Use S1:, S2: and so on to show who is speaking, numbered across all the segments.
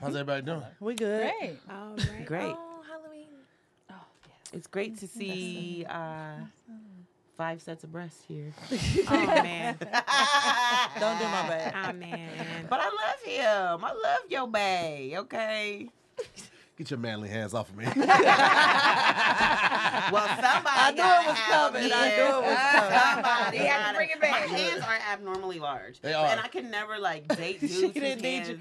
S1: How's everybody doing?
S2: We good.
S3: Great.
S4: All right.
S2: Great.
S3: Oh, Halloween. Oh, yes.
S2: It's great to see uh, five sets of breasts here.
S4: Oh man.
S2: Don't
S3: do my bag.
S4: Oh man.
S2: But I love him. I love your bae. Okay.
S1: Get your manly hands off of me.
S2: Well, somebody.
S3: I knew it
S2: gotta
S3: was coming.
S2: have him
S3: I knew
S2: here.
S3: it was coming.
S2: Somebody.
S4: You had to
S2: gotta-
S4: bring it back.
S2: My hands are abnormally large.
S1: They are.
S2: And I can never like date dudes.
S3: She
S2: whose
S3: didn't need
S2: hands.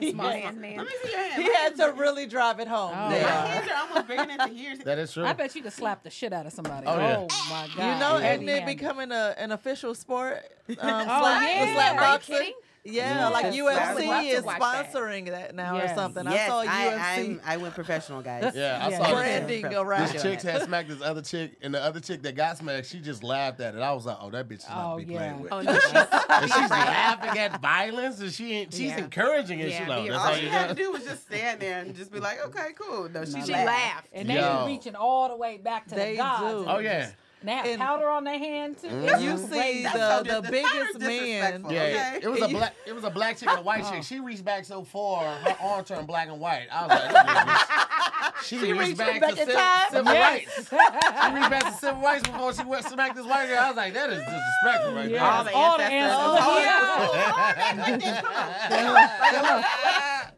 S3: you.
S4: Small
S3: Yeah.
S4: ass man.
S2: Let me see your hands.
S3: He had to really drive it home.
S5: Oh.
S2: My
S3: there.
S5: Yeah.
S2: hands are almost bigger than Tahir's.
S1: that is true.
S5: I bet you could slap the shit out of somebody.
S1: Oh, yeah.
S5: my god!
S3: You know, and
S5: Handy,
S3: it
S5: handy.
S3: becoming a, an official sport. Um,
S5: Oh,
S3: slap, the
S5: yeah.
S3: slap
S4: Are you
S3: boxing.
S4: kidding?
S3: Yeah, like
S5: Yes. I would
S4: love
S3: UFC
S4: to
S3: is
S4: watch that.
S3: sponsoring that, now or
S5: Yes.
S3: something. I
S2: Yes,
S3: saw
S2: I,
S3: UFC
S2: I'm- I went professional, guys.
S1: yeah, I
S5: Yeah.
S1: saw
S5: Branding.
S1: this.
S3: branding
S2: This
S3: around.
S1: This
S2: Doing
S1: chick
S2: that.
S1: had smacked this other chick, and the other chick that got smacked, she just laughed at it. I was like, "Oh, that bitch is not
S5: Oh,
S1: to be
S5: yeah.
S1: played with."
S4: Oh no. she's-
S1: And she's laughing at violence, and she ain't, she's
S4: Yeah.
S1: encouraging it.
S4: Yeah,
S1: she's like,
S4: be
S1: "That's
S2: All
S1: all
S4: right.
S2: she
S1: you
S2: had to
S1: got."
S2: do was just stand there and just be like, okay, cool. No, she,
S5: No,
S4: She
S5: laugh.
S4: laughed.
S5: And they
S1: Yo.
S5: be reaching all the way back to
S3: They
S5: the gods.
S3: do.
S5: and
S1: Oh yeah,
S5: Now
S3: And-
S5: powder on their hand too.
S3: You see
S2: That's
S3: the,
S2: so dis-
S3: the
S2: that's
S3: biggest
S2: kinda
S3: man.
S2: disrespectful.
S1: yeah.
S2: Okay.
S1: It was a
S3: You-
S1: black, it was a black chick and a white chick. She reached back so far, her arm turned black and white. I was like, "This bitch." she, reached back, to civil, civil rights. She reached back to civil rights before she went smacked this white girl. I was like, that is disrespectful, right
S5: Yes.
S1: there.
S2: All the
S5: All the
S2: ancestors. Oh,
S5: ancestors.
S2: All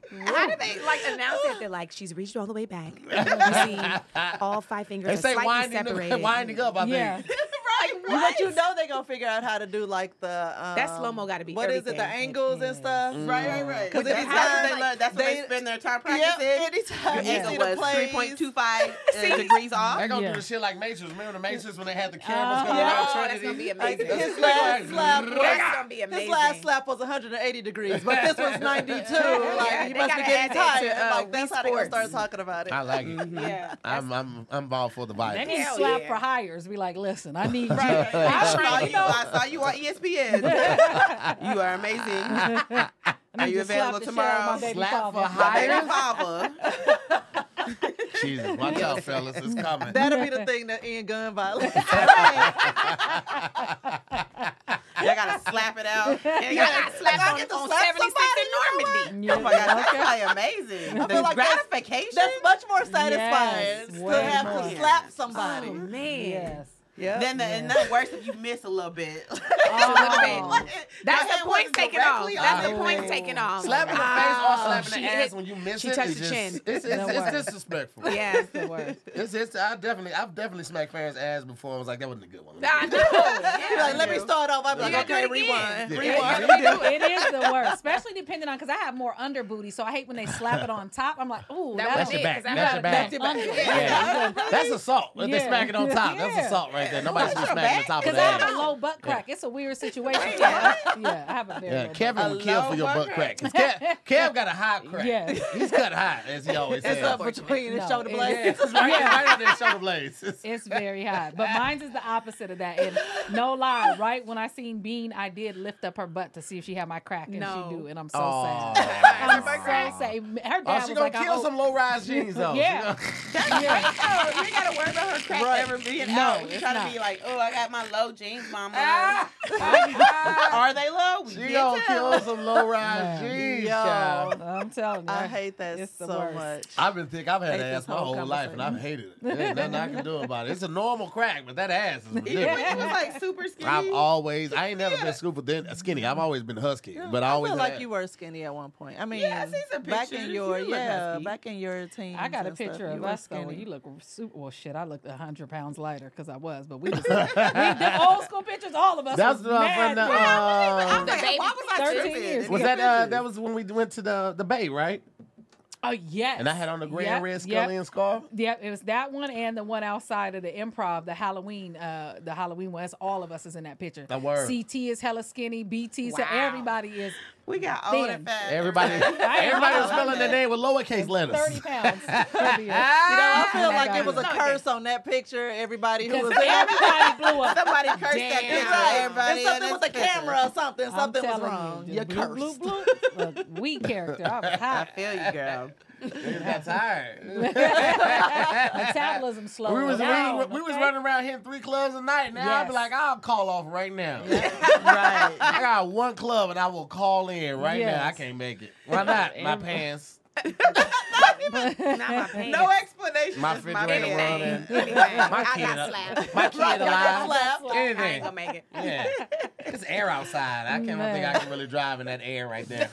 S4: How do they like announce it? They're like, she's reached all the way back. You see, all five fingers
S1: They
S4: are
S1: say
S4: slightly
S1: winding,
S4: separated.
S1: up- winding up. I
S5: Yeah.
S1: think.
S3: But you know they're gonna figure out how to do like the um,
S4: That slow-mo gotta be
S3: What is it? The
S4: everything.
S3: angles and stuff.
S2: Right, right, right.
S3: 'Cause
S2: Because that's
S3: every
S2: how
S3: time,
S2: they love. That's what they
S3: they-
S2: spend their time
S3: Yeah,
S2: practicing.
S3: anytime you
S2: Your
S3: see
S2: angle
S3: the
S2: was
S3: plays.
S2: 3.25 uh, degrees off.
S1: They're gonna
S5: Yeah.
S1: do the shit like Matrix. Remember the Matrix when they had the cameras
S5: Oh,
S1: coming
S3: that's
S1: around
S4: gonna be
S1: Trinity?
S4: amazing.
S1: That's-
S3: His last slap was
S4: That's gonna be amazing.
S3: His last slap was 180 degrees, but this was 92. Like he
S4: they
S3: must
S4: gotta
S3: be getting
S4: add that
S3: tired.
S4: to, uh,
S3: like that's how they gonna
S4: Wii
S3: start
S4: Sports.
S3: talking about it.
S1: I like it.
S4: Yeah.
S1: I'm I'm I'm all for the
S5: They
S1: vibe.
S5: need to
S4: Hell
S5: slap
S4: yeah.
S5: for hires. Be like, listen, I need you.
S2: I
S5: I
S2: saw
S5: trained
S2: you.
S5: you. up.
S2: I saw you on E ESPN. you are amazing.
S5: I
S2: Are
S5: need
S2: you
S5: to slap
S2: available
S5: the shit out of
S2: tomorrow? Oh
S5: my baby
S1: Slap
S5: father.
S1: for
S2: My
S1: hire.
S2: baby father.
S1: Jesus, watch out, fellas, it's coming.
S3: That'll be the thing that end gun violence.
S2: Y'all gotta slap it out.
S4: You got slapped on,
S3: get to
S4: on
S3: slap
S4: 76 in Normandy.
S2: Oh my God, that's like amazing. The
S3: feel like that's-
S2: gratification.
S3: That's much more satisfying
S5: Yes,
S3: to
S5: way Uh-huh.
S3: have
S2: more.
S3: to slap somebody.
S4: Oh man.
S5: Yes.
S3: yeah.
S2: then the, and that's worse if you miss a little bit.
S5: Oh.
S4: That's
S2: That
S4: the point
S2: wasn't
S4: taking off.
S2: directly
S4: That's
S2: on
S4: the
S2: the
S4: point
S2: wall.
S4: taking off.
S1: Slapping the
S4: Oh,
S1: face or slapping
S4: she
S1: the ass
S4: hit-
S1: when you miss
S4: she
S1: it.
S4: touched
S1: is
S4: the
S1: just-
S4: chin.
S1: It's, it's,
S5: Don't
S1: it's
S5: worry.
S1: disrespectful.
S4: Yeah.
S5: That's the worst.
S1: It's, it's, I definitely, I've definitely smacked fans' ass before. I was like, that wasn't a good one.
S4: I
S5: Ah,
S4: know.
S3: Be like, let me
S2: Yeah.
S3: start off. I'm
S4: You
S3: like,
S4: gotta do
S3: okay,
S4: it again.
S3: rewind.
S1: Yeah.
S3: Rewind.
S5: it is the worst, especially depending on because I have more under booty, so I hate when they slap it on top. I'm like, ooh,
S4: That
S1: That's
S4: was
S1: your
S4: it,
S1: back.
S4: 'cause I
S1: That's your
S4: got it.
S1: back.
S4: That's your back.
S1: Yeah. That's assault. If they
S5: Yeah.
S1: smack it on top, that's
S5: Yeah.
S1: assault right there. Nobody should be
S2: your
S1: smacking
S2: back?
S1: the top of
S5: Because I have
S1: that.
S5: a low butt crack. It's a weird situation.
S2: Wait,
S5: too. yeah, I have a very
S1: Yeah,
S5: low
S1: Kevin
S2: A
S1: would kill
S2: low
S1: for your butt
S2: butt
S1: crack.
S2: crack.
S1: 'Cause Kev, Kev got a high
S5: butt
S1: crack.
S5: crack. Yeah.
S1: He's cut high, as he always
S3: It's
S1: says.
S3: up between the
S5: No,
S3: shoulder
S5: it
S3: blades.
S5: is.
S1: It's right, right up there, shoulder blades. It's-
S5: It's very high. But mine's is the opposite of that. And no lie, right when I seen Bean, I did lift up her butt to see if she had my crack, and
S4: No.
S5: she do. And I'm so
S1: Aw.
S5: sad. I'm so
S1: Aw.
S5: sad. Her dad
S1: Oh,
S5: was
S1: she gonna
S5: like, I
S1: kill
S5: hope-
S1: some low rise jeans though. She
S5: Yeah.
S1: gonna-
S5: yeah.
S2: Oh, you gotta worry about her crack ever being
S5: No,
S2: out. You
S5: it's
S2: trying
S5: not.
S2: to be like, oh, I got my low jeans, mama. Are they low? We
S1: she
S2: did
S1: gonna
S2: tell.
S1: kill some low rise
S5: Man.
S1: jeans.
S3: Yo.
S1: child.
S5: I'm telling you.
S3: I hate that
S5: It's the
S3: so
S5: worst.
S3: much.
S1: I've been thick. I've had
S3: Hate
S1: ass
S3: this
S1: my
S3: whole
S1: whole life, and I've hated it. There's nothing I can do about it. It's a normal crack, but that ass is
S2: Even when
S1: ridiculous.
S2: you was like super skinny.
S1: I've always, I ain't never been super thin, uh, skinny. I've always been husky, but I always
S3: feel like
S1: had-
S3: you were skinny at one point. I mean,
S2: Yeah, I see some
S3: back in
S2: pictures.
S3: your
S2: You look
S3: yeah,
S2: husky.
S3: back in your teens.
S5: I got a
S3: and stuff,
S5: picture
S3: you
S5: of
S3: were
S5: us though.
S3: skinny.
S5: where You look super. Well, shit, I looked hundred pounds lighter because I was, but we was we the old school pictures. All of us.
S1: That's
S5: was
S1: what I'm from
S5: mad
S1: the,
S5: thick.
S1: uh,
S2: I'm like,
S4: baby-
S2: why was I
S5: 13
S2: tripping?
S5: years
S2: They
S1: was
S2: got
S1: that uh,
S2: pictures.
S1: that was when we went to the the bay, right?
S5: Oh yes.
S1: And I had on the gray
S5: Yep,
S1: and red
S5: yep.
S1: scullion scarf.
S5: Yep, it was that one and the one outside of the improv, the Halloween, uh, the Halloween one. That's all of us is in that picture.
S1: That word.
S5: CT is hella skinny. BT, so
S4: Wow.
S5: everybody is
S2: We got old
S5: Thin.
S2: and fat.
S1: Everybody, everybody was spelling their name with lowercase
S5: thirty
S1: letters.
S5: pounds. heavier.
S3: You know, I feel like it was a
S4: No, okay.
S3: curse on that picture. Everybody who was
S5: Because
S3: in it.
S5: everybody blew up.
S2: Somebody cursed that
S4: Damn.
S2: picture.
S3: Right.
S2: Everybody
S3: And
S2: in
S3: something
S2: this
S3: with the
S2: picture.
S3: camera or something.
S5: I'm
S3: Something was
S5: telling
S3: wrong.
S5: you,
S3: You, are
S5: just
S3: cursed.
S5: blue, blue, blue. Look, weak character. I was
S2: I
S5: hot.
S2: feel you, girl.
S1: That's tired.
S5: Metabolism slow.
S1: We was,
S5: down,
S1: we, was- we was
S5: okay?
S1: running around hitting three clubs a night. Now I'd be
S5: Yes.
S1: like, I'll call off right now.
S3: right.
S1: I got one club and I will call in right now. I
S5: Yes.
S1: can't make it. Why not? My
S5: Everybody-
S1: pants.
S6: Not my pants.
S2: No explanation.
S1: My
S2: just
S1: refrigerator
S2: bed.
S1: went on
S6: anything.
S1: and-
S6: Anything.
S1: My
S6: I
S1: kid
S6: got
S1: up.
S6: slapped.
S1: My kid alive.
S6: Slapped. I
S1: Anything.
S6: ain't gonna make it.
S1: Yeah. It's air outside. I can't I don't think I can really drive in that air right there.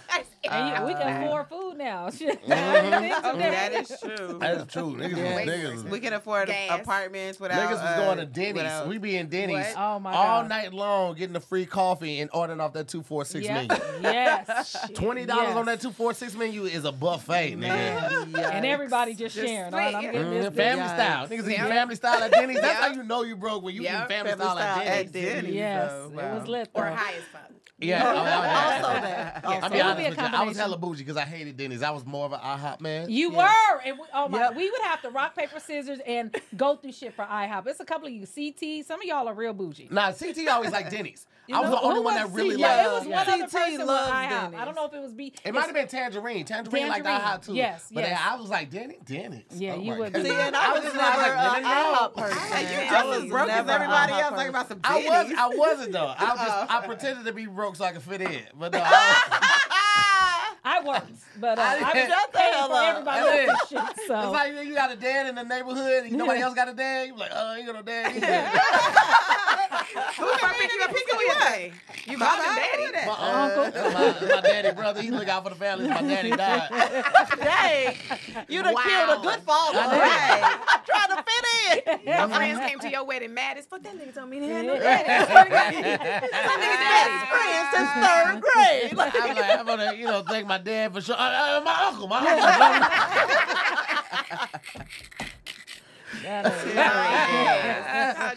S5: And you, we can
S6: Uh,
S5: afford food now. Shit.
S1: Mhm.
S5: Things are
S6: Oh, that
S5: different.
S6: is true.
S1: That's true. Niggas,
S3: Yeah.
S1: was,
S3: Wait,
S1: niggas, was-
S2: We can afford
S6: Gas.
S2: apartments without.
S1: niggas was
S2: uh,
S1: going to Denny's.
S2: without-
S1: we be in Denny's
S2: What?
S5: Oh my
S1: all
S5: god.
S1: night long getting a free coffee and ordering off that 246
S5: Yeah.
S1: menu.
S5: Yes.
S1: $20 on that
S5: Yes.
S1: 246 menu is a buffet, nigga.
S5: And everybody just,
S2: Just
S5: sharing. All right, I'm
S2: sweet.
S5: getting
S1: Mm,
S5: this.
S1: family
S5: big.
S1: style. Niggas eat
S2: Yeah.
S1: family style at Denny's. That's
S2: Yeah.
S1: how you know you broke when you
S2: Yeah,
S1: eat family, style at Denny's.
S2: at Denny's.
S5: Yes.
S2: so,
S5: It
S2: wow.
S5: was lit.
S6: Or
S5: though.
S6: high as fuck.
S1: Yeah, I, I, I, I
S3: Also that. Also.
S1: be
S5: It would
S1: honest
S5: be a
S1: with you, I was
S5: combination.
S1: hella bougie because I hated Denny's. I was more of an IHOP man.
S5: You
S3: Yeah.
S5: were. And we, oh my,
S3: Yep.
S5: we would have to rock paper scissors and go through shit for IHOP. It's a couple of you CT. Some of y'all are real bougie.
S1: Nah, CT always like Denny's. I was
S3: know,
S1: the only
S3: who
S1: one
S3: was
S1: that really
S3: CT?
S5: oh, Yeah,
S1: liked.
S5: it was
S1: it.
S5: one other
S3: CT
S5: person with
S3: loves
S5: IHOP. I don't
S3: Denny's.
S5: know if it was B.
S1: It might have been Tangerine. Tangerine, like
S5: Tangerine.
S1: IHOP too.
S5: Yes,
S1: but
S5: yes.
S1: I was like Denny, Denny's.
S5: Yeah,
S1: Oh
S5: you
S1: my
S5: would
S1: God.
S5: be.
S3: See, and I was never
S1: like,
S3: a
S1: no, no, no.
S3: IHOP person.
S2: I was like, you
S3: I
S2: just as
S3: was
S2: broke as
S3: never a
S2: everybody
S3: IHOP
S2: else talking about some
S1: I
S2: Denny's.
S1: was. I wasn't though. I was just.
S5: Uh-huh.
S1: I pretended to be broke so I could fit in. But no, I
S3: "Ah,
S5: I worked, but uh,
S1: I
S5: I, was
S1: didn't-
S5: just paying for everybody
S1: I
S5: else's shit. So
S1: was, it's like you- you got a dad in the neighborhood and nobody else got a dad. You like, oh, ain't got no dad. either.
S2: Who the fuck picking you picking me up? You mom and daddy.
S1: My uncle, my, my daddy brother, he look out for the family. My daddy died.
S3: Dang. You done
S6: Wow.
S3: killed a good father.
S1: I did.
S3: Right. Trying to fit in.
S6: My friends came to your wedding mad as fuck. That nigga told me to handle that.
S1: I'm
S6: nigga
S3: Best friends since third grade. Like,
S1: like, I'm gonna, you know, thank my dad for sure. Uh, uh, my uncle, my uncle.
S5: that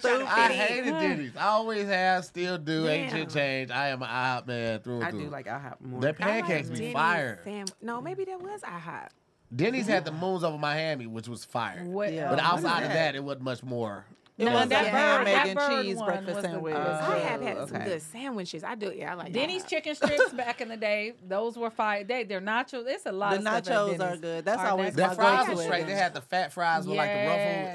S5: is-
S1: I hated Denny's. I always have, still do. Ain't
S6: Damn.
S1: shit changed. I am a hot man through and
S2: I
S1: through.
S2: do like IHOP more.
S1: Their pancakes be
S7: Denny's
S1: fire.
S7: Sam- no, maybe that was IHOP.
S1: Denny's had the moons over Miami, which was fire.
S5: What-
S3: Yeah.
S1: But
S5: um,
S1: outside of
S2: that?
S1: that, it wasn't much more.
S3: It
S5: no,
S3: was
S5: that
S3: a
S5: bird,
S3: ham, egg,
S5: that
S3: and
S5: bird
S3: cheese
S5: one
S3: breakfast
S5: was the-
S3: sandwich.
S6: Oh,
S7: I have had some
S2: okay.
S7: good sandwiches. I do. Yeah, I like
S5: Denny's
S7: IHOP.
S5: chicken strips back in the day, those were fire. They, they're nachos. It's a lot
S3: The
S5: of stuff at
S3: nachos are
S5: Denny's.
S3: good. That's
S5: Our
S3: always
S1: Their
S5: next-
S3: my
S1: fries
S3: go-to
S1: was
S3: at
S1: straight. They
S3: Denny's.
S1: had the fat fries with like the
S5: Yes.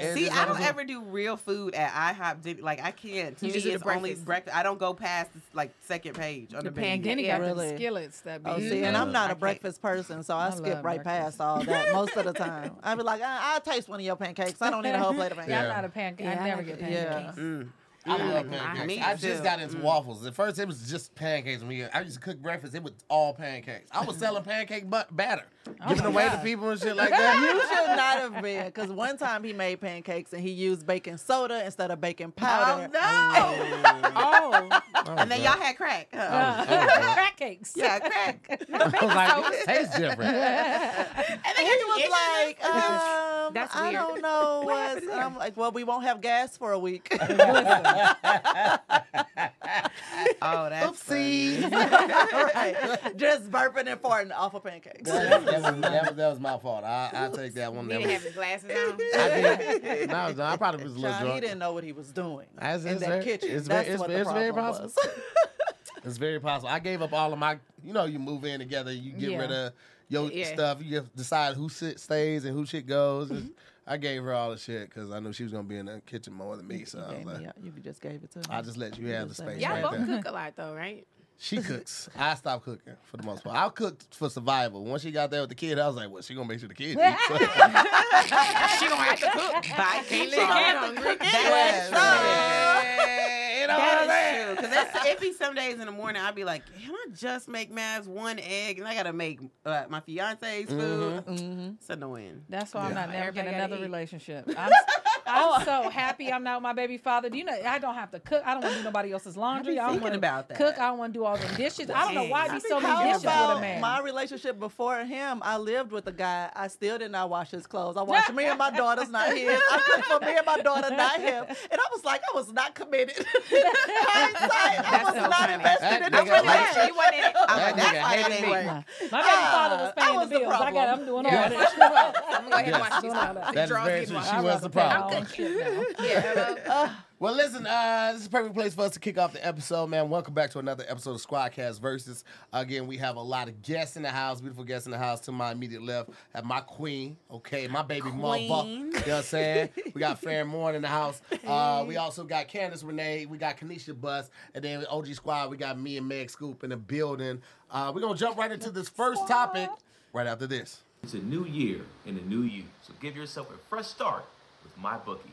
S1: ruffle.
S2: See,
S1: edges
S2: I
S1: on
S2: don't
S1: them.
S2: ever do real food at IHOP. Did- Like I can't.
S6: You
S2: To me,
S6: just do the
S2: it's only
S6: breakfast.
S2: breakfast. I don't go past like second page on the,
S7: The
S2: menu.
S7: pancake.
S5: Denny
S7: Yeah,
S5: got
S3: really.
S5: them skillets that be.
S3: Oh, see, and I'm
S2: I
S3: not a
S2: can't.
S3: breakfast person, so I,
S5: I
S3: skip
S5: love
S3: right
S5: breakfast.
S3: past all that most of the time. I'd be like, I- I'll taste one of your pancakes. I don't need a whole plate of
S5: Yeah,
S3: pancakes.
S5: I'm not a pancake.
S7: Yeah, I
S5: I never
S7: like
S5: get
S7: it.
S3: Yeah.
S5: pancakes.
S1: I love
S6: Mm,
S1: pancakes.
S2: me
S1: I just
S2: too.
S1: got into waffles. At first, it was just pancakes. When you- I used to cook breakfast, it was all pancakes. I was selling pancake but batter, giving
S5: my
S1: away to
S5: God.
S1: people and shit like that.
S3: You should not have been, because one time he made pancakes and he used baking soda instead of baking powder.
S2: Oh no!
S5: Oh,
S2: And then y'all had crack. huh?
S1: Oh.
S5: crack cakes.
S2: Yeah, crack.
S1: I was like, this tastes different.
S2: And then
S3: He was like, um,
S6: That's
S3: I
S6: weird.
S3: don't know what's. And I'm like, well, we won't have gas for a week.
S2: oh, that's
S1: Oopsie.
S3: right. Just burping and farting off of pancakes.
S1: that, that was, that, was, that was my fault. I, I take that one.
S6: You
S1: That
S6: didn't have
S1: was,
S6: his glasses on.
S1: I, did, no, no, I probably was a little
S3: John, he
S1: drunk.
S3: didn't know what he was doing
S1: That's-
S3: in
S1: it's
S3: that
S1: very-
S3: kitchen.
S1: it's very-
S3: That's
S1: it's-
S3: what the
S1: it's very
S3: problem
S1: possible.
S3: was.
S1: It's very possible. I gave up all of my. You know, you move in together, you get
S5: Yeah.
S1: rid of your
S6: Yeah.
S1: stuff, you just decide who shit stays and who shit goes. And I gave her all the shit because I knew she was gonna be in the kitchen more than me. So I was
S3: Gave
S1: like,
S3: me up. you just gave it to me.
S1: I just let you have the space
S6: Y'all
S1: right
S6: both
S1: there.
S6: cook a lot though, right?
S1: She cooks. I stopped cooking for the most part. I cooked for survival. Once she got there with the kid, I was like, well, she gonna make sure the kid eats. So-
S6: She gonna have to cook. Bye. Can't
S2: She gonna have
S6: live hungry.
S2: That's true.
S1: You know what I'm
S2: That is
S1: saying?
S2: true. Cause that's it. Be some days in the morning, I'd be like, "Can I just make Mavs one egg?" And I gotta make uh, my fiance's
S1: Mm-hmm,
S2: food. It's annoying.
S5: That's why I'm
S1: Yeah.
S5: not never
S6: Everybody
S5: getting
S6: gotta
S5: another
S6: eat. Oh.
S5: relationship. I'm, s- I'm so happy I'm not with my baby father. Do you know I don't have to cook? I don't want to do nobody else's laundry. I, don't
S2: thinking
S5: want
S2: about
S5: to
S2: that.
S5: cook. I don't want to do all the dishes. I don't know why
S2: Dang.
S5: be so many
S3: How
S5: dishes with a
S3: about
S5: man.
S3: my relationship before him? I lived with a guy. I still did not wash his clothes. I washed me and my daughter's, not his. I cooked for me and my daughter, not him. And I was like, I was not committed. Hindsight, I
S6: That's
S3: was
S6: so
S3: not
S6: funny.
S1: That
S3: invested in
S1: nigga
S3: this
S1: like-
S3: relationship.
S6: You wasn't in it.
S2: I'm
S1: That
S2: like, that's
S1: nigga
S2: why that
S1: hated
S2: didn't
S1: me.
S2: work.
S5: my baby father was
S3: I
S5: paying
S3: was
S5: the
S3: the
S5: bills. I got.
S3: problem.
S5: I'm doing all
S1: Yeah.
S6: I'm
S5: that.
S6: gonna go ahead and
S1: Yes.
S6: watch these.
S5: Doing all that.
S1: That is
S6: Drawers
S1: very
S6: get
S1: true.
S6: washed.
S1: She
S5: I'd
S1: was the
S5: rather pay my
S1: problem.
S5: own shit now.
S6: Yeah, hello.
S1: Well, listen, uh, this is a perfect place for us to kick off the episode, man. Welcome back to another episode of Squadcast Versus. Again, we have a lot of guests in the house, beautiful guests in the house. To my immediate left, have my queen, okay, my baby mother. You know what I'm saying? we got Farron Moore in the house. Uh, we also got Candace Renee, we got Kanisha Bus, and then with OG Squad, we got me and Meg Scoop in the building. Uh, we're going to jump right into this first topic. right after this.
S8: It's a new year and a new you. So give yourself a fresh start with MyBookie.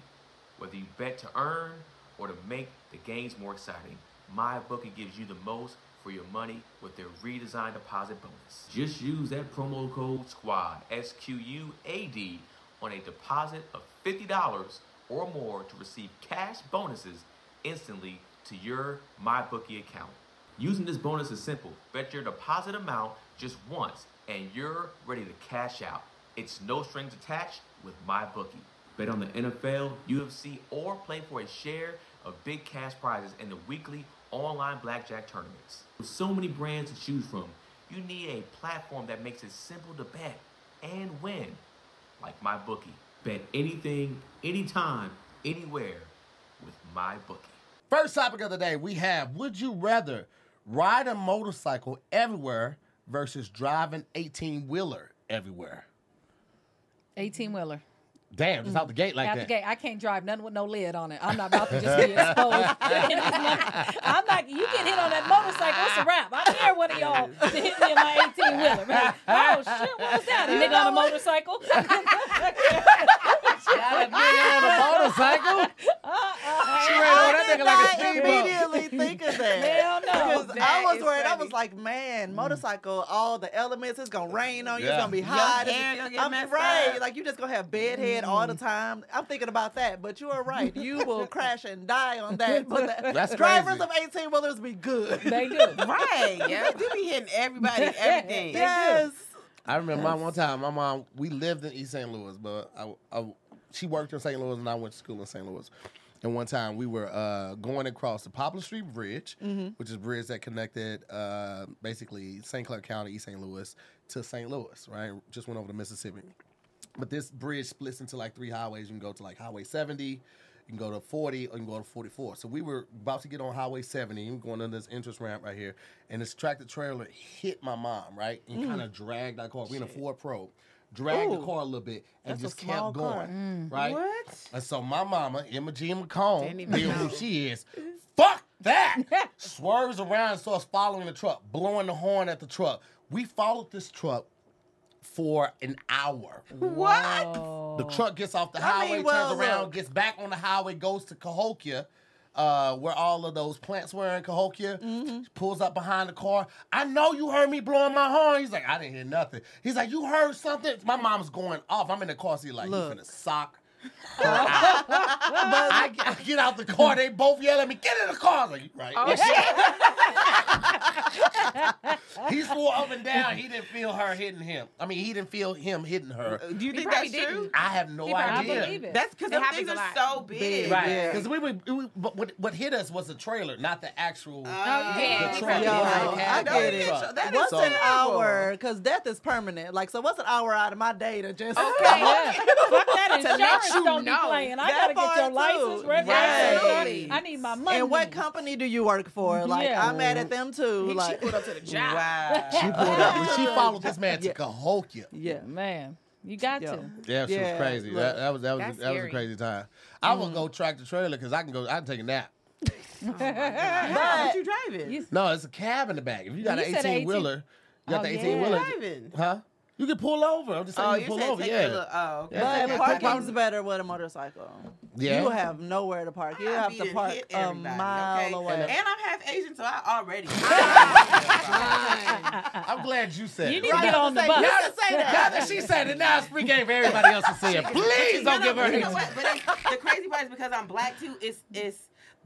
S8: Whether you bet to earn or to make the games more exciting, MyBookie gives you the most for your money with their redesigned deposit bonus. Just use that promo code SQUAD, S Q U A D, on a deposit of $50 or more to receive cash bonuses instantly to your MyBookie account. Using this bonus is simple. Bet your deposit amount just once and you're ready to cash out. It's no strings attached with MyBookie. Bet on the NFL, UFC, or play for a share of big cash prizes in the weekly online blackjack tournaments. With so many brands to choose from, you need a platform that makes it simple to bet and win, like MyBookie. Bet anything, anytime, anywhere with MyBookie.
S1: First topic of the day we have Would you rather ride a motorcycle everywhere versus drive an 18 wheeler everywhere?
S5: 18 wheeler.
S1: Damn, just out the gate like
S5: Mm. out
S1: that.
S5: the gate. I can't drive nothing with no lid on it. I'm not about to just be exposed. And it's like- I'm like, you get hit on that motorcycle, it's a wrap. I dare one of y'all to hit me in my 18 wheeler. oh shit, what was that? A nigga on a motorcycle?
S1: Got a nigga on a motorcycle? She ran over that
S3: I
S1: nigga like a
S3: did
S1: steamboat.
S3: not immediately think of that.
S5: Uh-uh. Hell no.
S3: Because I was
S6: Oh, is
S3: worried. I was
S6: funny.
S3: like, man, motorcycle, all the elements. It's gonna rain on you.
S1: Yeah.
S3: It's gonna be
S1: Your
S3: hot. It's-
S6: hair gonna get
S3: I'm
S6: messed
S3: right.
S6: up.
S3: Like you just gonna have bedhead all the time. I'm thinking about that. But you are right. You will crash and die on that. But the
S1: That's
S3: drivers
S1: crazy.
S3: of 18 wheelers be good.
S5: They do.
S6: Right. Yeah. They do be hitting everybody, and everything.
S3: yes.
S1: I remember my one time, my mom, we lived in East St. Louis, but I, I- she worked in St. Louis and I went to school in St. Louis. And one time we were uh, going across the Poplar Street Bridge,
S5: Mm-hmm.
S1: which is a bridge that connected uh, basically St. Clair County, East St. Louis to St. Louis, right? Just went over the Mississippi. But this bridge splits into like three highways. You can go to like Highway 70, you can go to 40, or you can go to 44. So we were about to get on Highway 70. and going under this entrance ramp right here. And this tractor trailer hit my mom, right? And kind of dragged our car. We in a Ford Pro. Dragged the
S3: Mm. Ooh.
S1: car a little bit and
S3: That's a
S1: just
S3: small
S1: kept going,
S3: car. Mm.
S1: right?
S6: What?
S1: And so my mama, Emma G. McComb,
S6: Didn't even
S1: being who
S6: know.
S1: she is, fuck that! Swerves around and starts following the truck, blowing the horn at the truck. We followed this truck for an hour.
S5: What?
S1: The truck gets off the
S3: I mean,
S1: highway,
S3: well,
S1: turns around,
S3: look.
S1: gets back on the highway, goes to Cahokia, uh, where all of those plants were in Cahokia.
S3: Mm-hmm.
S1: Pulls up behind the car. I know you heard me blowing my horn. He's like, I didn't hear nothing. He's like, you heard something? My mom's going off. I'm in the car seat like,
S3: Look.
S1: you finna sock. her out." I, get, I get out the car. They both yell at me, "Get in the car!" I was like, "You right.
S6: Oh,
S3: Oh.
S1: he swore up and down he didn't feel her hitting him. I mean, he didn't feel him hitting her.
S3: Uh,
S6: Do you think
S7: probably
S6: that's
S7: didn't.
S6: true?
S1: I have no
S5: I
S1: idea.
S5: believe it.
S6: That's because
S7: It happens
S6: things
S7: a
S6: are
S7: lot.
S6: so big.
S3: Big.
S1: Right,
S3: Yeah.
S1: because we would, we would- but what, what hit us was the trailer, not the actual.
S6: Oh,
S1: The
S7: yeah.
S1: truck.
S3: Yo,
S1: Yeah,
S6: Right.
S3: I
S1: had
S6: Don't
S3: get
S1: that
S6: even
S1: truck.
S6: show- That is
S3: it. What's an
S6: terrible.
S3: hour? Because death is permanent. Like, so what's an hour out of my day to just
S5: Yeah. Fuck that insurance
S7: you
S5: don't be
S7: know.
S5: playing. I
S3: That
S5: gotta get
S3: part,
S5: your
S3: too.
S5: license, record.
S6: Right.
S5: I need my money.
S3: And what company do you work for? Like,
S5: Yeah.
S3: I'm mad at them too.
S7: She
S3: like,
S7: pulled up to the job.
S6: Wow.
S1: She pulled up. When she followed this man
S3: Yeah.
S1: to Cahokia.
S3: yeah.
S5: Man, you got
S3: Yo.
S5: to.
S1: Yeah, she
S3: Yeah,
S1: was crazy.
S3: look,
S1: That, that was that was
S7: that's
S1: that was a
S7: scary.
S1: crazy time. I would go track the trailer because I can go. I can take a nap.
S6: How would you drive it?
S5: You-
S1: No, it's a cab in the back. If you got
S5: You
S1: an
S5: said
S1: 18
S5: 18
S1: wheeler, you got
S5: Oh,
S1: the
S5: yeah.
S1: 18 wheeler,
S6: Driving.
S1: huh? You can pull over. I'm just saying
S6: Oh,
S1: you
S6: you
S1: can pull
S6: said
S1: over.
S6: take
S1: Yeah,
S6: a look. Oh, okay.
S1: Yeah.
S3: But
S1: Yeah.
S3: parking's better with a motorcycle.
S1: yeah.
S3: You have nowhere to park. You
S6: I
S3: have
S6: beat
S3: to
S6: and
S3: park
S6: hit
S3: a
S6: everybody,
S3: mile
S6: okay?
S3: away.
S6: And I'm half Asian, so I already.
S1: I'm glad you said.
S5: You
S1: it.
S5: need to get on the
S3: say,
S5: bus.
S3: you gotta say that.
S1: Now that she said it, now it's free game for everybody else to see it. Please
S6: No,
S1: don't
S6: no,
S1: give her
S6: but you know
S1: any.
S6: what? But it's, the crazy part is because I'm black too. It's it's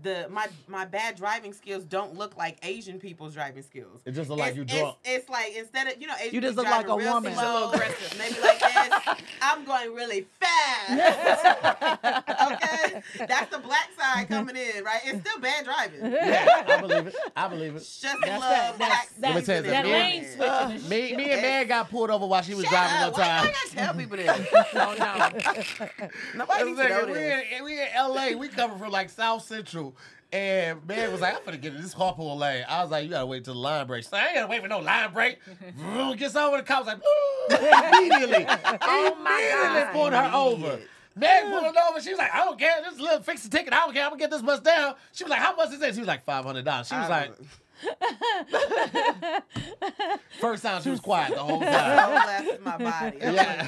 S6: the my my bad driving skills don't look like Asian people's driving skills.
S1: It just look like you
S6: It's-
S1: drunk.
S6: It's, it's like instead of you know Asian
S3: You just
S6: people
S3: look like
S6: driving
S3: a
S6: real
S3: woman.
S6: slow,
S3: She's a little
S6: aggressive. Maybe like this. I'm going really fast. okay, that's the black side coming in, right? It's still bad driving.
S1: Yeah, I believe it. I believe it.
S6: Just
S5: That's
S6: love
S5: that.
S6: black.
S5: That's
S1: Let me
S5: that.
S1: tell you
S5: That
S1: something.
S5: lane
S1: Yeah.
S5: switching. and shit.
S1: Uh, Me, me and Mary got pulled over while she was driving one
S6: Why
S1: time.
S6: do I gotta tell people this?
S7: Oh, no.
S6: Nobody needs to know
S1: Nigga,
S6: this.
S1: we, in, we in LA, we coming from like South Central. And man was like, I'm gonna get in this carpool lane. I was like, you gotta wait till the line break. So I ain't gotta wait for no line break. Vroom, Gets over the cops like immediately. oh my god. pulled her over. Man pulled her over. She was like, I don't care. This little fix the ticket. I don't care. I'm gonna get this bus down. She was like, How much is this? She was like, $500. She was like, First time she was quiet the whole
S2: So
S1: time.
S2: blessed my body. I'm
S1: Yeah.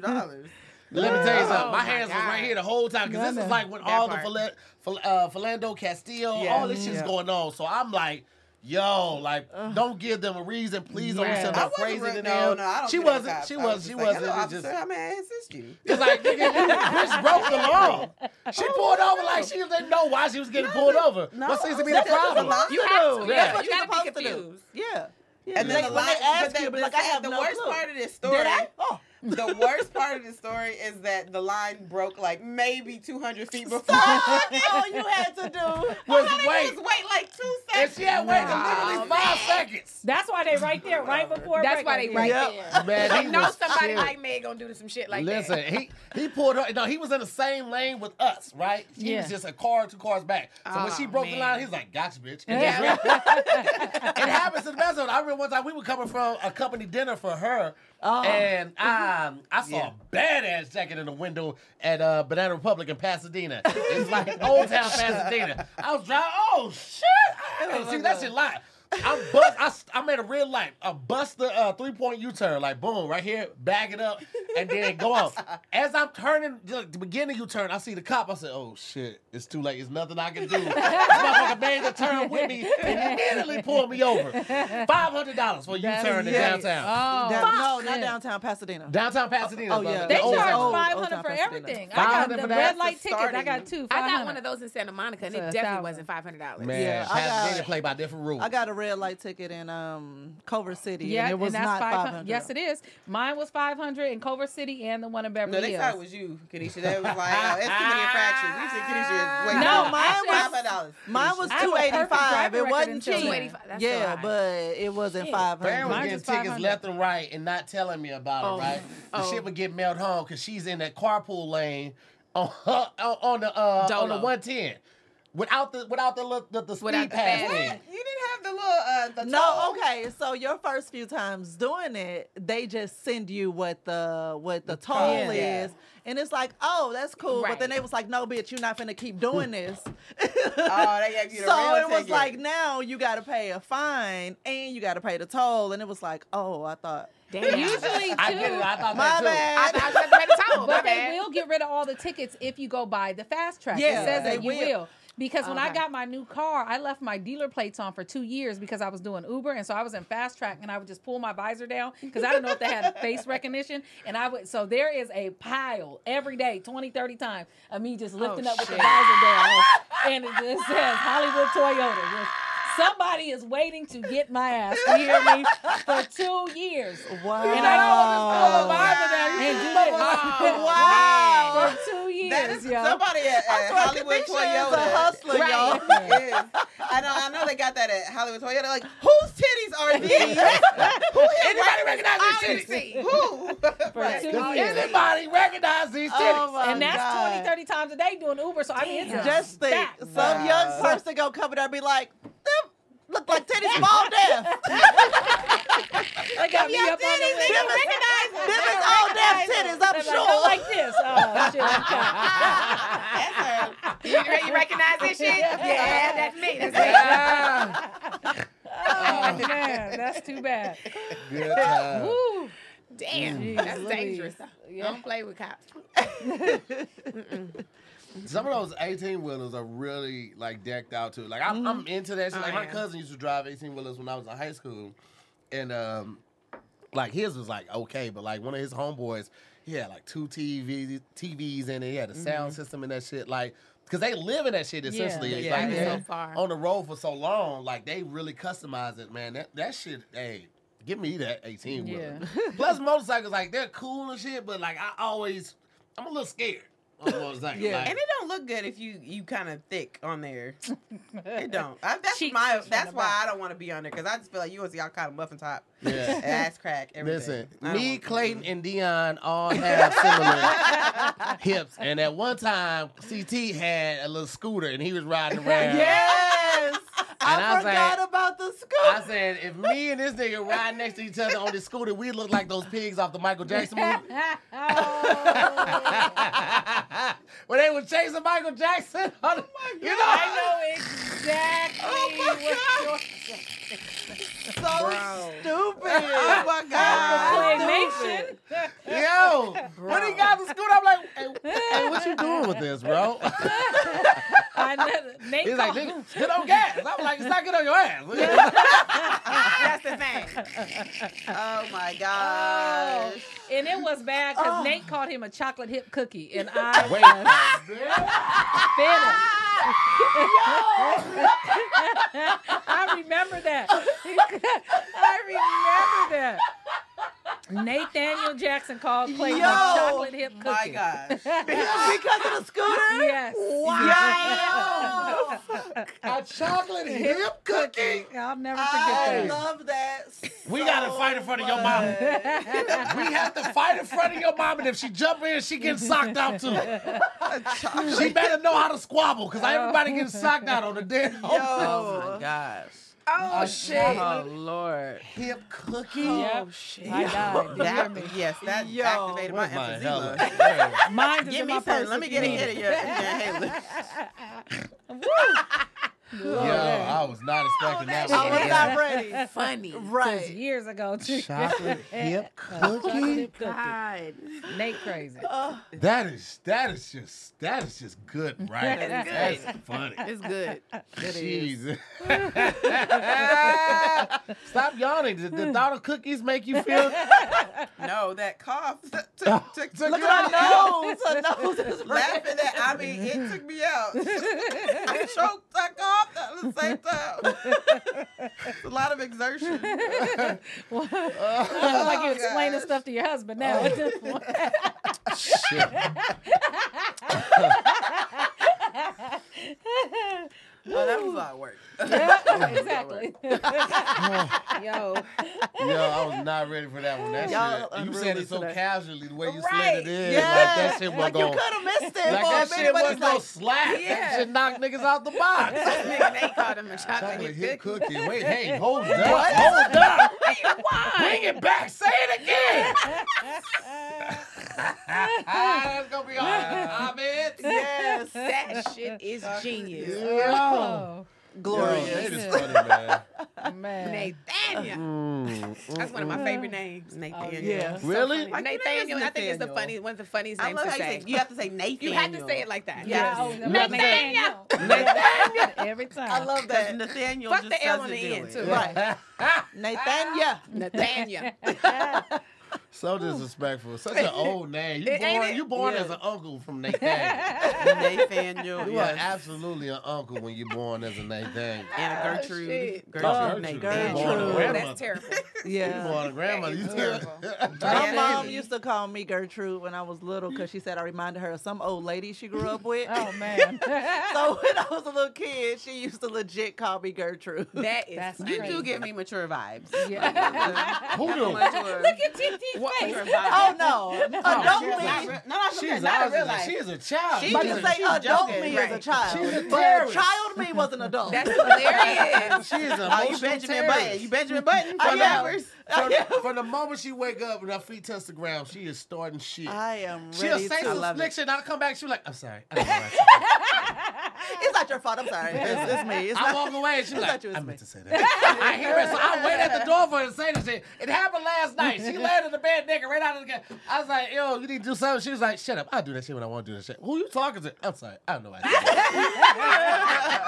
S2: $500.
S1: Let me tell you something.
S9: Oh,
S1: my
S9: my
S1: hands was
S9: God.
S1: right here the whole time because this is like when all the Fala- Fal- uh, Philando Castillo,
S9: Yeah.
S1: all this shit's
S3: Yeah.
S1: going on. So I'm like, yo, like, don't give them a reason. Please don't
S5: Yeah.
S1: send
S2: I
S1: them
S2: wasn't
S1: crazy
S2: re-
S1: than
S2: no,
S1: them.
S2: no, I don't
S1: she
S2: feel
S1: wasn't.
S2: like I-
S1: she
S2: I
S1: wasn't.
S2: was
S1: she
S2: just like,
S1: wasn't. It
S2: hello,
S1: was
S2: officer,
S1: just,
S2: how may I assist you?
S1: it's like, nigga, you just broke the law. She pulled over like she didn't know why she was getting pulled over. what seems to be the
S3: that's just a
S1: problem?
S3: lie.
S9: You
S3: That's
S9: have
S3: what
S9: to.
S1: Yeah.
S9: That's what
S3: You're
S9: you got to
S3: supposed
S9: be
S3: to do.
S9: confused.
S3: Yeah. Yeah.
S2: And then
S3: Like, when
S2: the line-
S3: they ask
S2: but
S3: you,
S2: the,
S3: be like, I have
S2: the
S3: no
S2: worst
S3: clue.
S2: part of this story.
S3: Did I? Oh.
S2: the worst part of the story is that the line broke like maybe 200 feet before.
S3: All you had to do.
S1: Was
S2: Just
S1: wait.
S2: wait like two
S1: And
S2: seconds.
S1: she had waited literally five seconds.
S5: That's why they right there, right before.
S4: That's
S5: break
S4: why
S5: right
S4: they right
S5: there.
S3: there.
S1: Man,
S4: I
S1: he
S4: know
S1: was
S4: somebody
S1: chilling.
S4: like me gonna do some shit like
S1: Listen,
S4: that.
S1: he he pulled her. No, he was in the same lane with us, right? He
S5: Yeah.
S1: was just a car, two cars back. So when
S4: Oh,
S1: she
S9: Aw,
S1: broke the
S9: man.
S1: line, he's like, "Gotcha, bitch." And just
S5: Yeah.
S1: ran. it happens to the best of us. I remember one time we were coming from a company dinner for her,
S3: Oh.
S1: and
S5: Mm-hmm.
S1: um, I saw a badass jacket in the window at uh, Banana Republic in Pasadena. It's like Old Town Pasadena. I was driving. Oh shit! I didn't see that shit live. I bust. I, s- I made a real life. I bust the uh, three point U turn, like boom, right here, back it up, and then go off. As I'm turning the, the beginning U turn, I see the cop. I said, "Oh shit, it's too late. It's nothing I can do." this motherfucker made the turn with me and immediately pulled me over. Five hundred dollars for U turn in
S3: yeah.
S1: downtown.
S5: Oh,
S3: Down- no, not downtown Pasadena.
S1: Downtown Pasadena.
S3: Oh, yeah.
S5: they
S1: the old
S5: charge
S1: town.
S3: old-
S5: five
S3: old
S5: hundred
S3: time
S5: for
S3: Pasadena.
S5: everything. I
S1: $500
S5: got the
S1: for
S5: red
S1: that?
S5: light ticket. I got
S2: Starting.
S5: two.
S4: I got
S5: 500.
S4: one of those in Santa Monica, and
S5: So a
S4: it definitely
S5: thousand.
S4: wasn't five hundred dollars.
S1: Man,
S3: Yeah, I
S1: Pasadena
S3: got-
S1: play by different rules.
S3: I got a red light ticket in um Culver City.
S5: Yeah,
S3: and it was
S5: that's
S3: not
S5: 500.
S3: 500.
S5: Yes, it is. Mine was five hundred in Culver City and the one in Beverly
S2: No, they
S5: Hills.
S2: thought it was you, Kenisha. They was like, oh, it's too many infractions. You said, Kenisha, wait,
S5: No,
S2: no,
S5: mine was-
S2: five dollars.
S3: Mine was
S5: I have a
S3: two
S5: perfect
S3: eighty five.
S5: driver
S3: It
S5: record
S3: wasn't
S5: until
S3: cheap.
S5: then.
S4: That's
S3: yeah,
S4: a lot.
S3: but it wasn't
S5: Shit.
S3: five
S1: Fran was
S5: Mine
S3: hundred.
S1: getting
S5: just
S1: tickets
S5: 500.
S1: left and right and not telling me about
S4: Oh.
S1: it, right? The
S4: Oh.
S1: shit would get mailed home because she's in that carpool lane on her, on on the uh, on the
S4: Dolo.
S1: one ten. Without the without the li- the, the speed
S4: Without the
S1: pass
S4: fast-
S1: thing.
S2: You didn't have the little, uh, the
S3: No,
S2: toll?
S3: okay. So your first few times doing it, they just send you what the what the toll
S2: toll, yeah.
S3: is, and it's like, oh, that's cool. But then
S4: Right.
S3: they was like, no, bitch, you're not gonna keep doing this.
S2: Oh, they gave you the
S3: so
S2: real
S3: it was
S2: ticket.
S3: like now you got to pay a fine and you got to pay the toll, and it was like, oh, I thought
S4: Damn.
S5: Usually, too,
S1: I get it. I thought
S3: my
S1: that too.
S4: I
S3: bad.
S4: thought I was about to pay the toll. My
S5: but they
S4: bad.
S5: will get rid of all the tickets if you go by the fast track.
S3: Yeah,
S5: it says
S3: they
S5: that you
S3: will.
S5: will. Because when I
S4: Okay.
S5: got my new car, I left my dealer plates on for two years because I was doing Uber, and so I was in fast track, and I would just pull my visor down because I didn't know if they had face recognition, and I would. So there is a pile every day, 20, 30 times of me just lifting up with the
S4: Oh, shit.
S5: visor down, and it just says Hollywood Toyota. Just, Somebody is waiting to get my ass. You hear me? For two years.
S3: wow.
S5: And I
S1: Oh,
S5: pulled
S1: my
S5: this
S1: God.
S5: and did it.
S3: wow.
S5: For two
S2: That
S5: years,
S2: is
S5: yo.
S2: somebody at, at Hollywood
S3: Kenisha is a
S2: Toyota.
S3: hustler,
S5: Right.
S3: y'all.
S2: Yes. I know, I know they got that at Hollywood Toyota. Like, whose titties are these?
S1: Anybody recognize these titties?
S4: See,
S2: Who?
S5: For two years.
S1: Anybody recognize these titties?
S3: Oh my
S5: and that's
S3: God.
S5: twenty, thirty 20, 30 times a day doing Uber. So I mean, it's
S3: Just think,
S5: stacked.
S3: some
S2: Wow.
S3: young person gonna come in there and be like, them look like titties ball deaf.
S5: They got me up on the window.
S3: them is all deaf titties, I'm
S5: They're like,
S3: sure.
S5: "Go like this. Oh shit! I'm tired.
S4: you, you recognize this shit? Yeah, that's me. That's me.
S1: Yeah.
S5: Oh man, that's too bad.
S1: Good time.
S5: Woo.
S4: Damn,
S5: Jeez
S4: that's
S5: Louise.
S4: dangerous. Don't play with cops.
S1: Some of those 18 wheelers are really like decked out too. Like I'm, I'm into that shit. Like my
S4: yeah.
S1: cousin used to drive 18 wheelers when I was in high school, and um, like his was like okay, but like one of his homeboys, he had like two TVs, TVs in it. He had a sound system in that shit. Like, cause they live in that shit essentially.
S5: Yeah,
S1: It's
S9: yeah,
S1: like,
S9: yeah.
S1: they're
S4: So far.
S1: on the road for so long. Like they really customize it, man. That that shit, hey. Give me that 18 wheeler. Plus, motorcycles, like, they're cool and shit, but, like, I always, I'm a little scared on motorcycles.
S3: Yeah.
S1: Like,
S2: And it don't look good if you you kind of thick on there. It don't. I, that's
S5: Cheeks
S2: my.
S5: is from
S2: That's
S5: the
S2: why
S5: back.
S2: I don't want to be on there because I just feel like you want to see all kind of muffin top,
S1: Yeah.
S2: ass crack, everything.
S1: Listen,
S2: I don't
S1: me,
S2: want to-
S1: Clayton, and Dion all have similar hips. And at one time, CT had a little scooter and he was riding around.
S3: yes.
S1: And
S3: I,
S1: I was
S3: forgot
S1: like-
S3: about the
S1: I
S3: scoop.
S1: said, if me and this nigga ride next to each other on this scooter, we look like those pigs off the Michael Jackson movie. when they were chasing Michael Jackson, on the, you know,
S5: I know exactly
S1: Oh,
S5: what you're
S3: So stupid.
S2: Oh my God.
S5: claymation.
S1: Yo, when he got to school, I'm like, hey, hey, what you doing with this, bro?
S5: I know- Nate
S1: He's like,
S5: called-
S1: nigga, get on gas. I'm like, it's not good on your ass.
S2: That's the thing.
S6: Oh my gosh.
S5: and it was bad because Nate called him a chocolate hip cookie, and I
S1: Wait,
S5: was
S1: man.
S5: finished. I remember that. I remember that. Nathaniel Jackson called Clayton a
S3: Yo,
S5: chocolate hip cookie.
S6: My gosh.
S3: because of the scooter?
S5: Yes.
S3: Wow.
S1: a chocolate hip cookie.
S5: I'll never
S3: I
S5: forget that.
S3: love that.
S1: We gotta fight in front of your mama. we have to fight in front of your mom, and if she jump in, she getting socked out too. she better know how to squabble, cause everybody getting socked out on the day.
S2: Oh my
S3: Yo.
S2: gosh.
S1: Oh shit!
S2: Oh Lord.
S1: Hip cookie.
S5: Yep. I died. You hear
S2: That,
S5: me?
S2: yes, that
S3: Yo.
S2: activated my
S1: Where's Oh, my hella?
S2: emphysema.
S5: Mine is
S2: Give
S5: in
S2: me
S5: my purse.
S2: some. Let me
S5: if
S2: get a
S5: you need
S2: hit of
S5: it.
S2: your inhaler.
S1: Yo, I was not expecting that.
S3: I
S1: one.
S3: was not ready.
S7: Funny.
S5: It was
S3: Right.
S5: years ago too.
S1: Chocolate hip cookie.
S7: God.
S5: Nate crazy.
S1: That is that is just that is just good, right?
S5: That is
S1: That's funny.
S2: It's good.
S1: Jeez. Stop yawning. Did
S3: Hmm.
S1: the thought of cookies make you feel?
S2: No, that cough t- took, took, took
S3: Look
S2: me
S3: at her
S2: out.
S3: nose. Her nose is red.
S2: Laughing at, I mean, it took me out. I choked, I coughed at the same time. It's a lot of exertion.
S5: I
S2: Oh,
S5: feel like
S3: Oh,
S5: you're explaining
S2: gosh.
S5: stuff to your husband now. at this point.
S1: Shit.
S2: Oh, that was a lot of work.
S5: exactly. Yo.
S1: Yo, I was not ready for that one. That
S3: Y'all
S1: shit. You said
S3: unruly
S1: it so
S3: today.
S1: casually the way you slid it in. Like that
S3: Yeah.
S1: shit
S3: Like
S1: wasn't
S3: you
S1: going.
S3: could have missed it
S1: Like that
S3: for a minute,
S1: shit
S3: but
S1: wasn't
S3: it's
S1: no
S3: like,
S1: slap. That shit knocked niggas out the box.
S2: Nigga, they called him a chocolate
S1: Chocolate
S2: hip
S1: hip
S2: cookie.
S1: cookie. Wait, hey, hold up, hold up. Bring it back. Say it again. That's gonna be hard. Comments.
S3: yes.
S7: That shit is genius.
S1: Yo.
S5: Oh,
S1: Yo,
S3: Glorious.
S1: that is funny, man.
S5: man.
S2: Nathaniel. That's one of my favorite names, Nathaniel.
S3: yeah.
S1: Mm. Really?
S2: Like,
S7: Nathaniel, I think it's the
S2: Nathaniel.
S7: funny one of the funniest
S2: I
S7: names
S2: love
S7: to
S2: how you
S7: say.
S2: say, you have to say Nathaniel.
S7: You have to say it like that.
S5: Yeah. oh,
S1: You have to say-
S5: Nathaniel. Every time.
S3: I love
S2: Because
S3: that.
S2: Nathaniel
S7: Fuck
S2: just
S7: the L on
S2: doesn't
S7: the
S2: do
S7: end,
S2: it.
S7: too.
S3: Right. Nathania.
S7: Nathaniel.
S1: so disrespectful. Such an old name. You
S7: It ain't
S1: born,
S7: it?
S1: you born
S3: Yeah.
S1: as an uncle from Nathan.
S2: Nathaniel.
S1: You are
S2: yes.
S1: absolutely an uncle when you're born as a Nathan.
S2: And Gertrude.
S7: shit.
S2: Gertrude.
S3: Oh,
S2: Nathan.
S3: Gertrude.
S1: Born a
S3: Gertrude.
S1: grandmother.
S7: That's terrible.
S1: You
S3: Yeah.
S1: born a grandmother. You
S3: My
S2: Yeah,
S3: mom
S2: baby.
S3: used to call me Gertrude when I was little because she said I reminded her of some old lady she grew up with.
S5: Oh man.
S3: So when I was a little kid, she used to legit call me Gertrude.
S7: That is
S5: That's
S2: You
S5: crazy.
S2: do give me mature vibes.
S5: Yeah.
S1: Who do?
S2: Mature.
S5: Look at TT's
S2: What
S5: face.
S2: mature
S3: Oh
S2: vibes?
S3: no,
S2: Not
S3: adult
S2: real- not
S3: me.
S2: real- No, no,
S1: She's
S2: not in real
S1: obviously
S2: life.
S1: she is a child.
S2: She
S3: But
S1: She's
S3: to
S1: a-
S3: say
S2: she's
S3: adult
S2: joking,
S3: me
S2: right.
S3: is a child,
S1: She's a
S3: but
S1: terrorist.
S3: child me was an adult.
S7: That's hilarious.
S1: She is an
S2: Oh, you
S1: emotional
S2: Benjamin
S1: terrorist.
S2: Button. You Benjamin Button
S3: I
S2: from
S3: am.
S2: Evers.
S1: From, from the moment she wake up and her feet touch the ground, she is starting shit.
S3: I am
S1: She'll
S3: ready
S1: say
S3: to
S1: some
S3: love
S1: slick
S3: it.
S1: shit, and I'll come back. She'll be like, I'm sorry. I don't know what I said.
S3: It's not your fault. I'm sorry. It's, it's me. It's
S1: I
S3: not.
S1: walk away, and she's
S3: not
S1: like,
S3: you, it's
S1: I
S3: me.
S1: meant to say that. I hear it, so I wait at the door for her to say this shit. It happened last night. She landed in the bed naked right out of the bed. I was like, yo, you need to do something. She was like, shut up. I'll do that shit when I want to do that shit. Who you talking to? I'm sorry. I don't know what I said.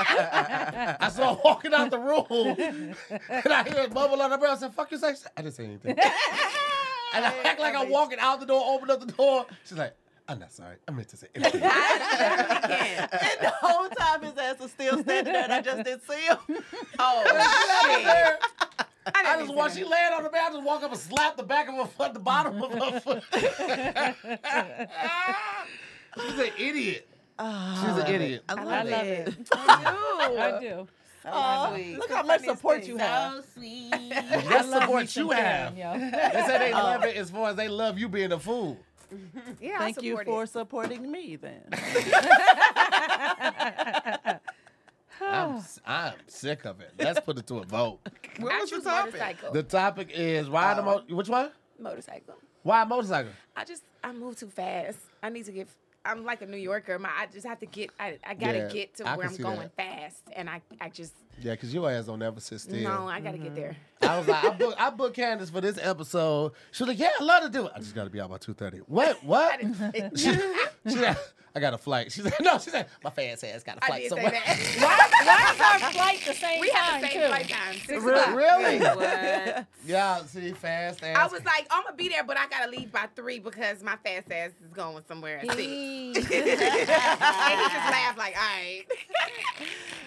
S1: that. I saw her walking out the room, and I hear it mumble on the breath. I said, fuck you, say. I didn't say anything. And I act like I'm walking out the door, open up the door. She's like, I'm not sorry. I meant to say anything.
S3: And the whole time his ass was still standing there, and I just didn't see him.
S7: Oh,
S1: I, just want she laying on the bed. I just walk up and slap the back of her foot, the bottom of her foot. She's an idiot. She's an idiot.
S3: I
S5: I
S3: love
S5: love
S3: it.
S5: it. I do.
S3: Aw, Look how much support you have.
S2: sweet.
S1: That's
S5: I love me
S1: support
S5: some
S1: you have.
S5: Karen,
S1: They say they love it as far as they love you being a fool.
S7: shit. Yeah, I
S3: Thank you
S7: support
S3: for
S7: it.
S3: supporting me then.
S1: I'm, s- I'm sick of it. Let's put it to a vote.
S2: What
S7: I
S2: was the
S7: choose
S2: topic?
S7: motorcycle.
S1: The topic is why the mo- which one?
S7: motorcycle.
S1: Why a motorcycle?
S7: I just I move too fast. I need to get
S4: I'm like a New Yorker. My I just have to get I, I gotta
S1: Yeah,
S4: get to
S1: I
S4: where
S1: can
S4: I'm
S1: see
S4: going
S1: that.
S4: fast, and I I just
S1: Yeah, because your ass don't ever sit still.
S4: no I gotta
S7: Mm-hmm.
S4: get there.
S1: I was like, I booked I booked Candace for this episode. She was like, yeah, I love to do it. I just got to be out by 2.30. What? What? she, she said, I got a flight. She said, no, she said, my fast ass got a
S4: I
S1: flight
S4: did say
S1: somewhere.
S4: that.
S5: Why, why is our flight the same
S4: we
S5: time,
S4: have the same
S5: too?
S4: flight time. Six
S1: Re-
S4: o'clock.
S1: really?
S4: What?
S1: Yeah, see, fast ass.
S4: I was like, I'm gonna be there, but I gotta leave by three because my fast ass is going somewhere at six. and he just laughed like, all right.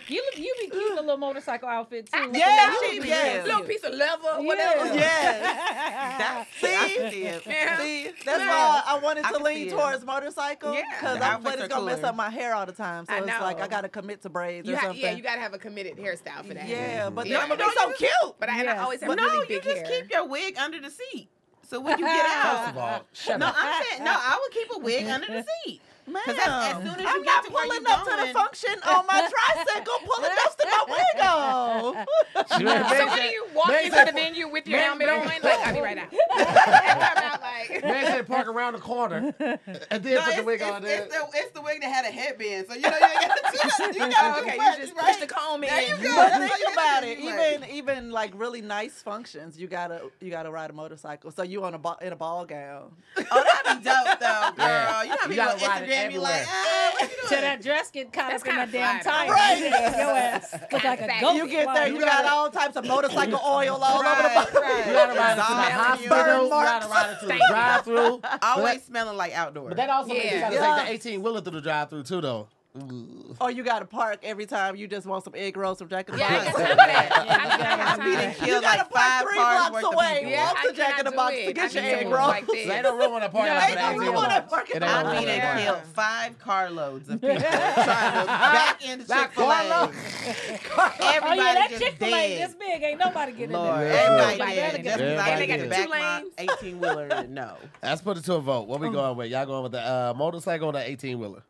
S5: You look, you be cute in a little motorcycle outfit too. Look
S3: Yeah,
S5: at that.
S3: she
S5: You
S3: be.
S5: real
S3: Yes.
S4: Little
S5: cute.
S4: piece of leather,
S5: Yeah.
S4: whatever.
S3: Yes.
S2: That's
S3: See?
S4: Oh, Yeah.
S3: See, that's
S4: Yeah.
S3: why I wanted
S2: I
S3: to
S2: can see
S3: lean
S2: it.
S3: towards motorcycle
S4: Yeah.
S3: because
S2: The
S3: I'm
S2: outfits
S3: afraid it's
S2: are
S3: gonna mess
S2: cooler.
S3: up my hair all the time. So
S4: I
S3: it's like
S4: know.
S3: I gotta commit to braids
S4: You
S3: or
S4: ha-
S3: something.
S4: yeah, you gotta have a committed hairstyle for that.
S3: Yeah, but then
S4: Yeah.
S3: I'm gonna
S4: No,
S3: be so
S4: you-
S3: cute.
S4: But I, and I
S5: Yes.
S4: always have
S2: But
S4: really
S2: no, you
S4: big
S2: just
S4: hair.
S2: keep your wig under the seat. So when you get out,
S1: First of all, shut
S2: no,
S1: up.
S2: I'm saying no. I would keep a wig under the seat. Because as soon as you
S3: I'm
S2: get
S3: not
S2: to where you
S3: pulling up to the
S2: going-
S3: function on my tricycle, pulling up to my wig off.
S1: She went,
S4: So
S1: "Man,
S4: when
S1: said-
S4: you walk
S1: man
S4: into
S1: said-
S4: the venue with your
S1: man-
S4: helmet on, like I'll be right out. I'm out like
S1: Man said park around the corner and then
S2: No,
S1: put the
S2: it's,
S1: wig
S2: it's-
S1: on there.
S2: it's the, it's the wig that had a headband. So you know you ain't got to you got
S4: okay,
S2: right,
S4: you just
S2: right?
S4: push the comb in.
S2: There you go.
S3: But
S2: That's
S3: think
S2: what you
S3: about
S2: do.
S3: it.
S2: You
S3: Even even like really nice functions, you gotta you gotta ride a motorcycle. So you on a ball in a ball gown.
S2: Oh, that'd be dope though, girl.
S1: Yeah.
S2: You know how
S1: You
S2: people on
S1: gotta ride it
S2: Instagram be like,
S1: everywhere.
S2: ah, what you
S5: So
S2: doing?
S5: that dress get caught
S4: That's
S5: up in that
S4: kinda
S5: damn
S4: fly,
S3: Right.
S5: tie.
S4: though.
S5: Your ass look like a
S4: sexy.
S5: goat.
S3: You get there, you got all types of motorcycle oil all over the
S2: Right,
S3: body.
S2: right.
S1: You gotta ride it to the
S2: Smelling
S1: hospital. You
S2: you.
S1: gotta ride it to the
S4: Thank you.
S1: drive-through.
S2: Always smelling like outdoor.
S1: But that also means you
S4: Yeah.
S1: gotta
S3: Yeah.
S1: take the 18 wheeler through the drive-through too, though. Ooh.
S3: Or Oh, you gotta park every time you just want some egg rolls from Jack in the
S4: Yeah, I
S3: Box.
S4: got time for that. I
S2: Be
S4: don't
S2: done
S4: have time.
S2: killed
S3: gotta park
S2: like five
S3: three
S2: cars
S3: blocks
S2: worth of
S3: away.
S2: people.
S4: Yeah,
S3: Walk to
S4: I
S3: Jack in
S4: cannot
S3: the
S4: do
S3: Box to
S4: it.
S3: get
S4: I
S3: your
S4: need
S3: egg
S4: someone
S3: rolls.
S4: like
S1: So ain't
S4: this.
S1: no room on the park
S5: Yeah,
S1: after the
S5: ain't no
S1: 18
S5: room
S1: wheeler.
S5: on
S3: that fucking
S1: It ain't no
S3: lot.
S2: I
S1: room on
S2: mean,
S1: that
S2: they
S1: park.
S2: killed five carloads of people trying to back into Chick Fil A.
S1: Carlo.
S5: Oh yeah,
S2: Everybody
S5: that
S2: just
S5: Chick Fil A
S2: dead.
S5: this big, ain't nobody getting
S2: Lord,
S1: Yeah.
S5: in there.
S2: everybody
S4: Nobody
S2: dead.
S4: did.
S2: Just because I
S1: And they
S2: didn't
S1: got
S4: the
S2: back my eighteen wheeler. No,
S1: Let's put it to a vote. What we going with? Y'all going with the uh, motorcycle or the 18 wheeler?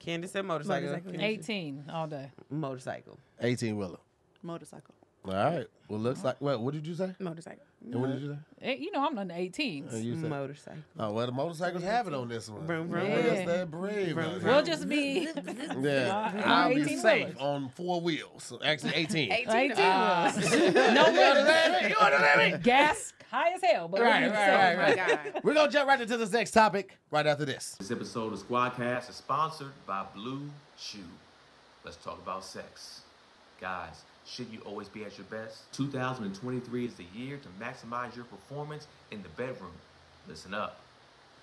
S2: Candace said motorcycle. Candace-
S5: Eighteen all day.
S2: Motorcycle.
S1: 18 wheeler.
S3: Motorcycle.
S1: All right. Well, looks like. What, what did you say?
S4: Motorcycle.
S1: And what did you say?
S5: Eh, You know I'm on the
S1: And
S5: eighteens.
S1: Uh, you said.
S2: Motorcycle.
S1: oh, well, the motorcycles have it on this one.
S2: Vroom, vroom,
S1: Yes,
S5: vroom.
S1: they're brave. out here.
S5: We'll just be
S1: Yeah.
S5: Our- our
S1: I'll be
S5: 18
S1: safe
S5: wheelers.
S1: on four wheels. So actually, 18.
S4: 18.
S5: eighteen.
S4: Oh,
S5: no
S1: You
S5: limit.
S1: understand me? You understand me?
S5: Gas high as hell, but
S1: Right,
S5: we
S1: right, right,
S4: my God.
S1: We're going to jump right into this next topic right after this.
S8: This episode of Squadcast is sponsored by Blue Chew. Let's talk about sex. Guys, should you always be at your best? 2023 is the year to maximize your performance in the bedroom. Listen up.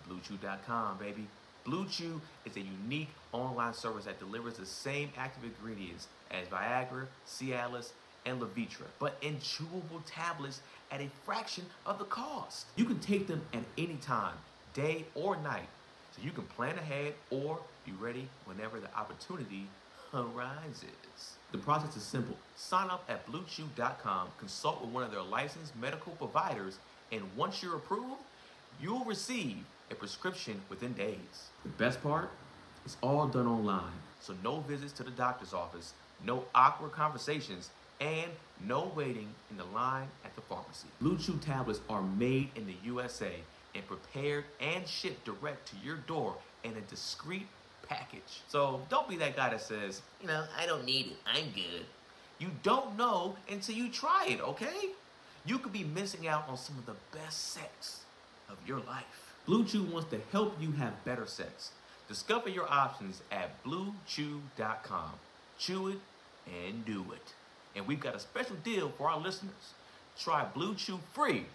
S8: BlueChew.com, baby. Blue Chew is a unique online service that delivers the same active ingredients as Viagra, Cialis, and Levitra, but in chewable tablets at a fraction of the cost. You can take them at any time, day or night, so you can plan ahead or be ready whenever the opportunity arises. The process is simple. Sign up at BlueChew.com, consult with one of their licensed medical providers, and once you're approved, you'll receive a prescription within days. The best part? It's all done online. So no visits to the doctor's office, no awkward conversations, and no waiting in the line at the pharmacy. Blue Chew tablets are made in the USA and prepared and shipped direct to your door in a discreet package. So don't be that guy that says, you know, I don't need it. I'm good. You don't know until you try it, okay? You could be missing out on some of the best sex of your life. Blue Chew wants to help you have better sex. Discover your options at bluechew.com. Chew it and do it. And we've got a special deal for our listeners. Try Blue Chew free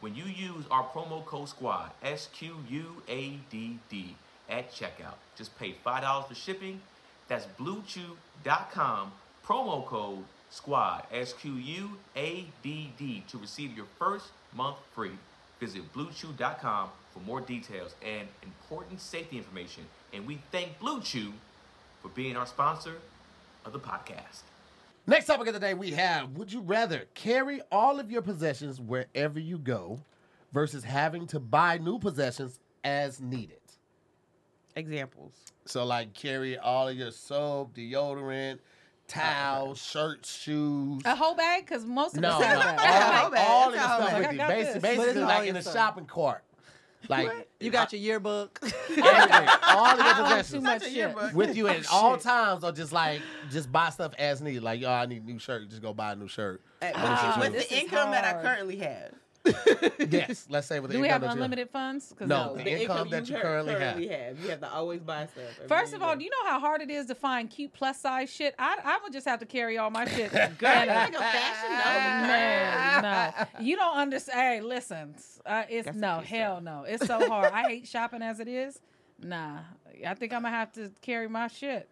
S8: when you use our promo code SQUAD, S Q U A D D, at checkout. Just pay $5 for shipping. That's bluechew.com, promo code SQUAD, S Q U A D D, to receive your first month free. Visit bluechew.com for more details and important safety information. And we thank Blue Chew for being our sponsor of the podcast.
S1: Next topic of the day we have Would you rather carry all of your possessions wherever you go versus having to buy new possessions as needed?
S2: Examples.
S1: So, like, carry all of your soap, deodorant, towels, shirts, shoes.
S5: A whole bag, because most of
S1: No,
S5: us
S1: no.
S5: have
S1: All,
S5: that.
S2: whole bag.
S1: all of your
S2: It's a whole
S1: stuff
S5: bag.
S1: with you.
S5: I got
S1: Basically,
S5: this.
S1: basically
S3: all
S1: like
S3: your
S1: in a
S3: stuff.
S1: shopping cart. Like
S3: You got your yearbook.
S1: everything, all of your
S5: I own too
S1: possessions
S5: much
S2: Such a
S5: shit.
S2: yearbook.
S1: with you at all times, or just like just buy stuff as needed. Like, y'all, I need a new shirt. Just go buy a new shirt.
S2: Hey,
S1: Wow,
S2: Uh, with
S5: this
S2: the
S5: is
S2: income that I
S5: hard.
S2: currently have.
S1: Yes, let's say with the
S5: Do we
S1: income
S5: have
S1: that you-
S5: unlimited funds? 'Cause
S1: No. The income that you
S2: cur-
S1: currently have.
S2: have. You have to always buy stuff. every
S5: First
S2: year
S5: of
S2: you
S5: all,
S2: go.
S5: do you know how hard it is to find cute plus size shit? I, I would just have to carry all my shit. Girl,
S2: you like a fashion
S5: no,
S2: novel.
S5: no. You don't understand. Hey, listen, uh, it's
S2: That's
S5: no
S2: what she
S5: hell no. It's so hard. I hate shopping as it is. Nah, I think I'm gonna have to carry my shit.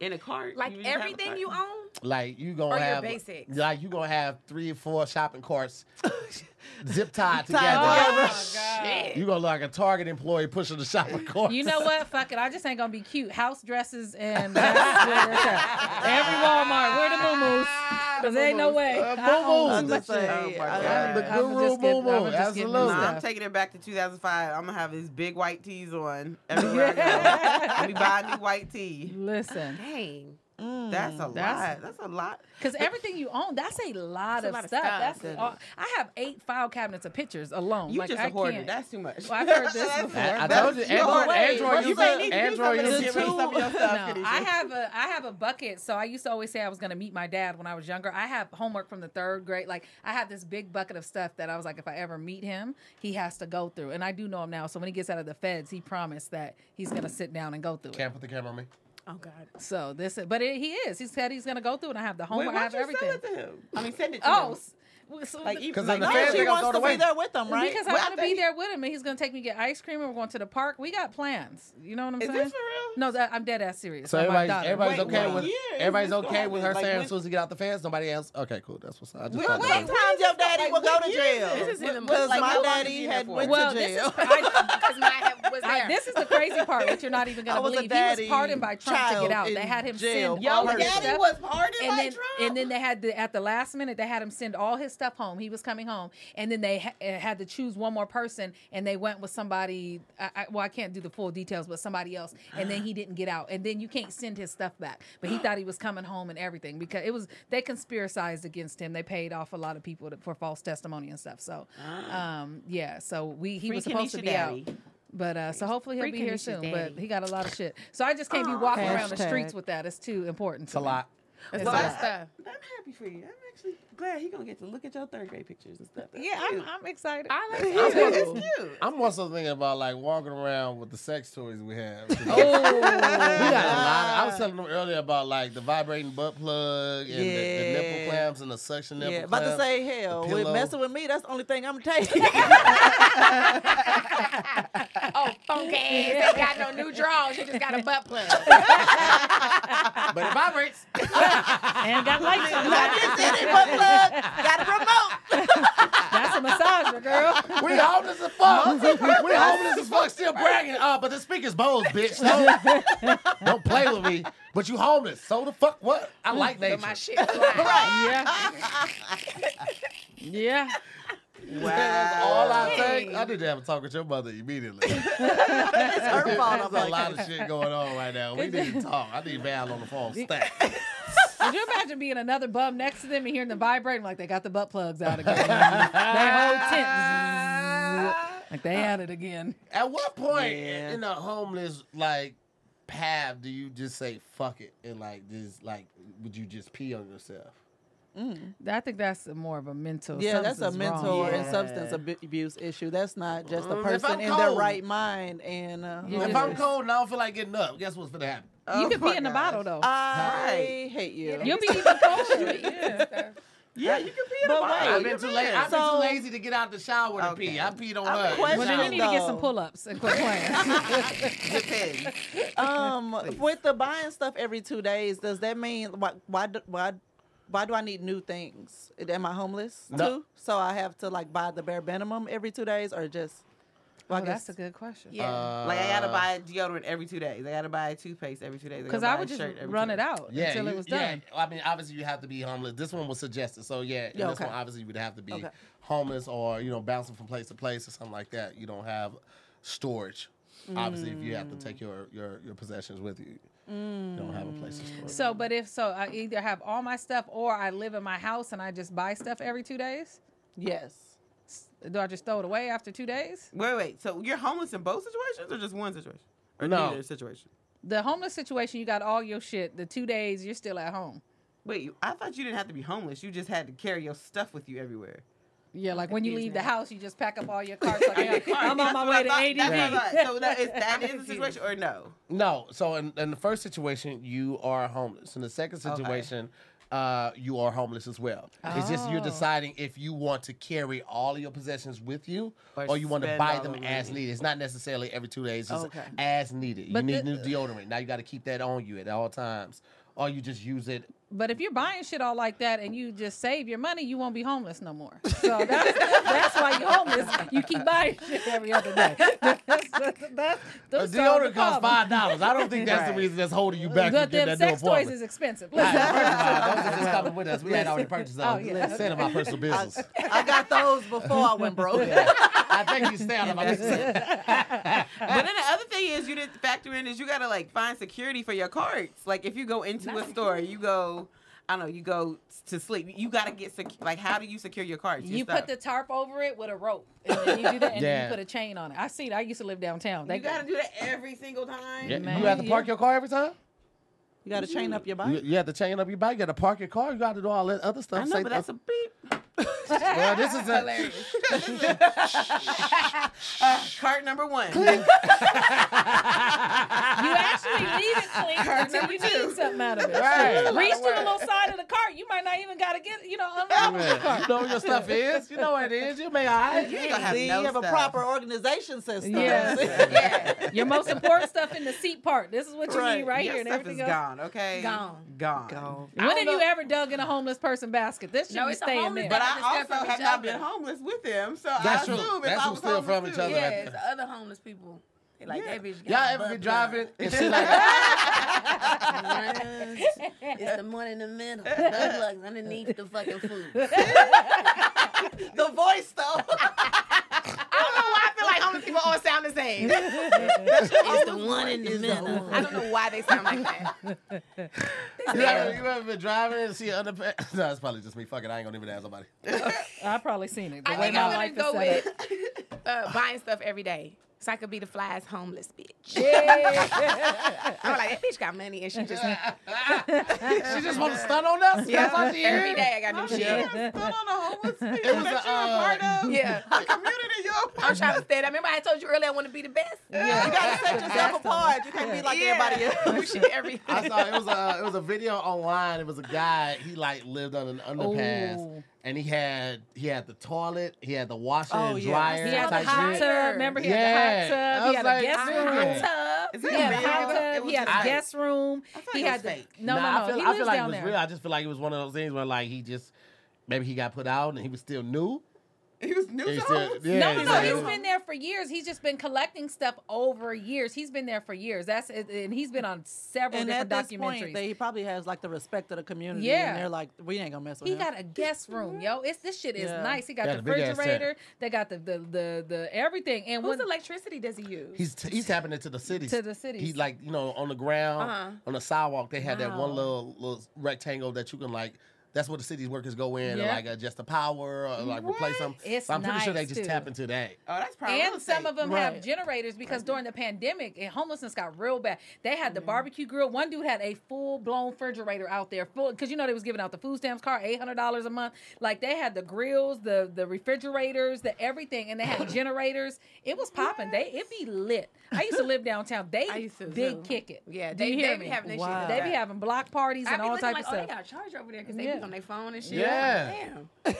S2: in a cart.
S4: Like
S2: just have a
S4: everything
S2: cart.
S4: you own,
S1: Like you gonna
S4: Or your
S1: have
S4: basics.
S1: Like you gonna have three or four shopping carts zip tied together.
S5: Oh
S1: You gonna look like a Target employee pushing the shopping cart.
S5: You know what? Fuck it. I just ain't gonna be cute. House dresses and that's where it's at. every Walmart. Where the moo-moos? Cause there ain't no way.
S1: Uh,
S5: I own
S1: moo-moos.
S5: too much
S3: Understand.
S5: shit.
S3: Oh, my
S1: Uh,
S3: God.
S1: the
S5: I'ma
S1: good rule,
S5: just get-
S1: moo
S5: I'ma
S1: moo.
S5: just get new
S2: Nah,
S1: Absolutely.
S5: stuff.
S2: I'm taking it back to 2005. I'm gonna have these big white tees on everywhere. I go. Let me buy a new white tee.
S5: Listen,
S4: dang.
S1: Hmm,
S2: That's a
S5: That's-
S2: lot. That's a lot.
S5: because everything you own, that's a lot,
S4: a
S5: of,
S4: lot of
S5: stuff.
S4: stuff,
S5: That's
S4: isn't
S5: all, I have eight file cabinets of pictures alone.
S2: You
S5: like,
S2: just
S5: I
S2: a hoarder.
S5: can't-
S2: That's too much.
S5: Well, I've heard this
S2: That's-
S5: before,
S1: I, I
S2: that's
S1: told you,
S2: your
S1: Android,
S2: way.
S1: Android,
S2: You
S1: user,
S2: may need to do
S1: Android
S2: something to
S1: user.
S2: get rid of some of your
S5: No,
S2: stuff, Khadijah.
S5: I have a I have a bucket. So I used to always say I was gonna meet my dad when I was younger. I have homework from the third grade. Like I have this big bucket of stuff that I was like, if I ever meet him, he has to go through. And I do know him now. So when he gets out of the feds, he promised that he's gonna sit down and go through it.
S1: Can't put the camera on me.
S4: Oh God.
S5: So this, is, but it, he is. He said he's gonna go through, it, and I have the
S2: Wait,
S5: homework. I
S2: why
S5: have
S2: don't you
S5: everything.
S2: send it to him? I mean, send it to
S5: Oh,
S2: him.
S5: s- well, so
S2: Like,
S5: the-
S2: even-
S1: 'Cause
S2: like,
S1: then the
S3: oh,
S2: no,
S1: fans
S2: she
S1: are gonna
S2: wants
S1: throw it
S2: to
S1: away.
S2: be there.
S3: with them,
S5: Because
S2: Well, I
S5: I'm gonna be
S2: think-
S5: there with him, and he's gonna take me to get ice cream, and we're going to the park. We got plans. You know what I'm
S2: Is
S5: saying?
S2: this for real?
S5: No, that, I'm dead ass serious.
S1: So
S5: I'm my
S1: everybody's,
S5: daughter.
S1: everybody's
S2: Wait,
S1: okay
S2: what
S1: with
S2: year is
S1: everybody's
S2: this gonna
S1: okay with her
S2: happen? Like,
S1: saying
S2: when-
S1: as soon as you get out the fans, nobody else. Okay, cool. That's what's I just thought that.
S2: Sometimes
S3: Sometimes your daddy
S2: like,
S3: will go
S2: what
S3: to
S2: year is
S3: jail.
S2: this?
S4: This is in the
S3: Because
S4: like,
S3: my
S4: what was
S3: daddy
S2: it
S3: had
S2: for?
S3: went
S5: Well,
S3: to
S5: this
S3: jail.
S4: Because mine have- was there.
S5: I- this is the crazy part, which you're not even
S3: I
S5: gonna
S3: was a
S5: believe. He was
S3: daddy
S5: pardoned by Trump to
S3: child
S5: get out.
S3: in
S5: They had him
S3: jail.
S5: send
S3: Yo,
S5: all his
S3: daddy
S5: stuff.
S2: pardoned
S5: and then, and then they had the, at the last minute they had him send all his stuff home. He was coming home, and then they ha- uh, had to choose one more person, and they went with somebody. I, I, well, I can't do the full details, but somebody else. And then he didn't get out, and then you can't send his stuff back. But he thought he was coming home and everything because it was they conspiracized against him. They paid off a lot of people to, for false testimony and stuff. So,
S3: Ah.
S5: um, yeah. So we he was
S2: Free
S5: supposed to
S2: Kenesha
S5: be out.
S2: Daddy.
S5: But uh, so hopefully he'll
S4: Free
S5: be here
S4: Kenesha's
S5: soon.
S4: daddy.
S5: But he got a lot of shit, so I just can't be walking around the
S3: Hashtag.
S5: streets with that. It's too important.
S1: It's a lot.
S5: It's
S4: Well,
S5: a lot.
S4: that's the-
S2: I'm happy for you. I'm actually glad he's gonna get to look at your third grade pictures and stuff. That's
S5: Yeah, I'm,
S2: cute.
S5: I'm excited.
S4: I like it.
S2: It's cute. It's cute.
S1: I'm also thinking about like walking around with the sex toys we have. we
S5: oh,
S1: got a lot. Of, I was telling them earlier about like the vibrating butt plug and the, the
S3: Yeah.
S1: nipple clamps and the suction nipple
S3: Yeah, about
S1: clamps.
S3: to say hell. With
S1: pillow.
S3: messing with me, that's the only thing I'm taking.
S4: Oh, funky ass. Ain't got no new drawers. You just got a butt plug.
S1: but it vibrates.
S5: and got lights on.
S3: Not just any butt plug. Got a remote.
S5: That's a massager, girl.
S1: We homeless as fuck. we homeless as fuck, still bragging. Uh, but the speaker's bows, bitch. So don't play with me. But you homeless. So the fuck what? I like nature.
S4: My shit fly.
S5: Yeah. Yeah.
S1: That's all I think. I need to have a talk with your mother immediately. There's
S3: It's her fault. I'm
S1: a
S3: like,
S1: lot of shit going on right now. We need to talk. I need Val on the phone. Stack.
S5: Could you imagine being another bum next to them and hearing them vibrating like they got the butt plugs out again? that whole tent. Like they had it again.
S1: At what point
S3: Yeah.
S1: in a homeless like path do you just say fuck it and like just like would you just pee on yourself?
S5: I think that's more of a mental.
S3: yeah, that's a
S5: something's wrong.
S3: mental and
S2: Yeah.
S3: substance ab- abuse issue. That's not just a
S1: Mm, if
S3: person
S1: I'm
S3: in their
S1: cold.
S3: right mind. And uh,
S5: Yeah.
S1: If I'm cold and I don't feel like getting up, guess what's gonna happen?
S5: You
S2: Oh
S5: could
S2: my
S5: be in the
S2: gosh.
S5: bottle though.
S3: I hate you.
S5: You'll be even colder. yeah.
S2: Yeah, you could be in the
S3: But
S2: bottle.
S3: wait.
S1: I've been too late. I've been
S3: So-
S1: too lazy to get out the shower to
S2: Okay.
S1: pee. I peed on
S3: I'm
S1: her.
S5: Well, then you
S3: questioning
S5: need to get some
S3: though.
S5: pull-ups and quit playing.
S2: Depends.
S3: um, with the buying stuff every two days, does that mean why why do- why why do I need new things? Am I homeless
S1: No.
S3: too? So I have to like buy the bare minimum every two days, or just well,
S5: Oh,
S3: I
S5: that's
S3: guess
S5: a good question.
S4: Yeah.
S2: Like I
S1: Uh.
S2: gotta buy deodorant every two days. I gotta buy toothpaste every two days.
S5: Because I
S2: gotta buy a
S5: would just
S2: shirt every
S5: run
S2: two
S5: it
S2: days.
S5: out until
S1: you-
S5: it was done.
S1: Yeah, I mean, obviously you have to be homeless. This one was suggested, so yeah, and
S3: Yeah,
S1: this
S3: okay.
S1: one obviously you would have to be
S3: Okay.
S1: homeless or you know bouncing from place to place or something like that. You don't have storage. Obviously, if you have to
S5: Mm.
S1: take your your, your possessions with you, you don't have a place to store. it.
S5: So, but if so, I either have all my stuff or I live in my house and I just buy stuff every two days.
S3: yes.
S5: Do I just throw it away after two days?
S2: Wait, wait. So you're homeless in both situations, or just one situation, or
S1: No.
S2: neither situation?
S5: The homeless situation, you got all your shit. The two days, you're still at home.
S2: Wait, you- I thought you didn't have to be homeless. You just had to carry your stuff with you everywhere.
S5: Yeah, like when you leave the house, you just pack up all your cards. Like, "Yeah, I'm on
S2: That's
S5: my
S2: what I
S5: way to
S2: thought- that's what I
S5: ADV.
S2: thought. So that is that is the situation, or no?
S1: No. So in, in the first situation, you are homeless. In the second situation, uh, you are homeless as well. It's just you're
S5: Oh.
S1: deciding if you want to carry all of your possessions with you or,
S2: Or
S1: you want to
S2: spend
S1: buy
S2: all
S1: them
S2: the
S1: as
S2: money.
S1: needed. It's not necessarily every two days. It's
S2: Okay.
S1: as needed.
S5: But
S1: you
S5: the-
S1: need new deodorant. Now you got to keep that on you at all times. Or you just use it.
S5: But if you're buying shit all like that and you just save your money, you won't be homeless no more. So that's, that's why you're homeless. You keep buying shit every other day. That's, that's, that's,
S1: A
S5: those solve the
S1: deodorant costs
S5: problem.
S1: five dollars. I don't think that's the
S2: Right.
S1: reason that's holding you back from
S5: But
S1: getting
S5: them
S1: that new
S5: sex toys
S1: apartment.
S5: is expensive.
S1: All right,
S5: Listen,
S1: first of all, those are just coming with us. We had already purchased those.
S5: Oh, yeah.
S1: Send them our personal business.
S3: I got those before Oh, I went broke.
S1: I think you stay out of my business.
S2: But then the other thing is you didn't factor in is you gotta like find security for your cards. Like if you go into a store, you go, I don't know, you go to sleep. You gotta get sec- like how do you secure your cards? your
S5: you put
S2: stuff?
S5: the tarp over it with a rope. And then you do that and
S1: Yeah.
S5: then you put a chain on it. I see that. I used to live downtown. They
S2: you gotta do that every single time.
S1: Yeah,
S5: Man.
S1: you have to park your car every time.
S3: You got to chain up your
S1: You,
S3: bike.
S1: you have to chain up your bike. You got to park your car. You got to do all that other stuff.
S2: I know,
S1: Say-
S2: but that's a beep.
S1: well, this is a,
S2: Uh, card number one.
S5: You actually leave it clean until you need something out of it.
S1: Right.
S5: Reach to the little side of the cart. You might not even got to get, you know, unload the
S1: man,
S5: cart.
S1: you know what your stuff is. You know what it is. You may all right.
S2: ain't gonna have
S3: See,
S2: no
S3: you have a
S2: stuff.
S3: proper organization system.
S5: Yes. Your most important stuff in the seat part. This is what you need
S3: Right.
S5: right
S2: Your
S5: here, and
S2: stuff is
S5: everything else.
S2: gone, okay?
S4: Gone.
S2: Gone.
S3: Go.
S5: When have you ever dug in a homeless person basket? This should
S4: No,
S5: be
S4: it's a
S5: staying
S4: homeless
S5: there.
S2: But
S4: I
S2: I
S4: understand
S2: also
S4: from
S2: have
S4: each
S2: not
S4: other.
S2: been homeless with him, so
S1: That's
S2: I
S1: true.
S2: assume if
S1: That's
S2: I
S1: who
S2: was
S1: steal from
S2: homeless
S1: each
S2: too.
S1: other.
S4: Yeah, it's other homeless people. They like
S2: Yeah.
S4: that bitch.
S1: Y'all
S4: got
S1: uh, ever
S4: butt
S1: been driving
S4: plug.
S1: and shit like that?
S4: Runs. It's the one in the middle. Butt plugs underneath the fucking food.
S3: The voice though.
S4: I don't know why I feel like homeless people all sound the same. it's the one in the middle. I don't know why they sound like that.
S1: You ever, you ever been driving and see other? Pe- no, it's probably just me. Fuck it. I ain't gonna even ask somebody.
S5: I probably seen it. The
S4: I
S5: way
S4: think
S5: my
S4: I'm gonna
S5: life is
S4: go
S5: set up.
S4: with uh, buying stuff every day. So I could be the flyest homeless bitch. I'm like, that bitch got money and she just
S1: She just want to stunt on us. That's all she
S4: every
S1: is.
S4: day I got new shit.
S1: Yeah.
S2: Still on a homeless people
S1: It was
S2: that
S1: a,
S2: you're a part
S1: uh,
S2: of.
S4: Yeah.
S2: The community you're a part
S4: I'm trying to stay. I remember I told you earlier I want to be the best.
S3: You got to set yourself apart. You can't be like everybody else.
S4: You should be everything.
S1: I saw it was a it was a video online. It was a guy. He like lived on an underpass,
S5: Ooh.
S1: and he had he had the toilet, he had the washer
S3: Oh,
S1: and
S3: yeah.
S1: dryer.
S5: He had
S4: Sounds
S5: the
S1: type
S5: hot
S1: shit.
S4: shit.
S5: tub. Remember, he
S1: Yeah.
S5: had the hot tub.
S1: I
S5: He had
S1: was
S5: a
S1: like,
S5: guest
S1: I-
S5: room.
S2: Is
S5: He had a
S2: real?
S5: hot
S2: It
S5: tub.
S2: was
S5: He had
S2: just
S5: a
S2: fake.
S5: guest room.
S2: thought
S5: He
S2: it was
S5: had the
S2: fake.
S5: no,
S1: Nah,
S5: no,
S1: I feel,
S5: no. He
S1: I feel
S5: lives
S1: like it
S5: down
S1: was
S5: there.
S1: real. I just feel like it was one of those things where like he just maybe he got put out and he was still new.
S2: He was new
S1: He
S2: to
S1: said-
S2: homeless.
S1: yeah,
S5: No, no, no.
S1: like-
S5: He's been there for years. He's just been collecting stuff over years. He's been there for years. That's it, and he's been on several
S3: And at
S5: different
S3: this
S5: documentaries.
S3: point, they, he probably has like the respect of the community.
S5: Yeah.
S3: And they're like, we ain't gonna mess with
S5: he
S3: him.
S5: got a guest room, yo. It's this shit is
S3: Yeah.
S5: nice. He got
S1: Yeah,
S5: the
S1: the big ass tent.
S5: refrigerator. They got the the the, the everything. And
S4: Whose
S5: when
S4: electricity does he use?
S1: He's t- he's tapping into the city.
S5: To the cities.
S1: He like you know on the ground
S4: Uh-huh.
S1: on the sidewalk. They had that one
S5: Wow.
S1: little little rectangle that you can like. That's where the city's workers go in and
S5: Yeah.
S1: like adjust the power or like replace them.
S5: It's
S1: so I'm pretty sure they
S5: nice,
S1: just
S5: too.
S1: tap into that.
S2: Oh, that's probably real
S5: and some
S2: estate.
S5: of them have
S3: Right.
S5: generators because during the pandemic, eh, homelessness got real bad. They had the barbecue grill. One dude had a full blown refrigerator out there, full because you know they was giving out the food stamps card, eight hundred dollars a month. Like they had the grills, the the refrigerators, the everything, and they had generators. It was popping. They it be lit. I used to live downtown.
S4: I
S5: They
S4: used to,
S5: did
S4: too.
S5: kick it.
S4: Yeah,
S5: Do
S4: they-
S5: you hear
S4: they be
S5: me?
S4: having issues
S3: Wow.
S4: with
S5: They
S4: that.
S5: be having block parties
S4: I
S5: and
S4: be
S5: all types
S4: looking like,
S5: of
S4: oh, they
S5: stuff.
S4: got a charger over there because they
S5: Yeah.
S4: be on their phone and shit.
S1: Yeah.
S4: Damn.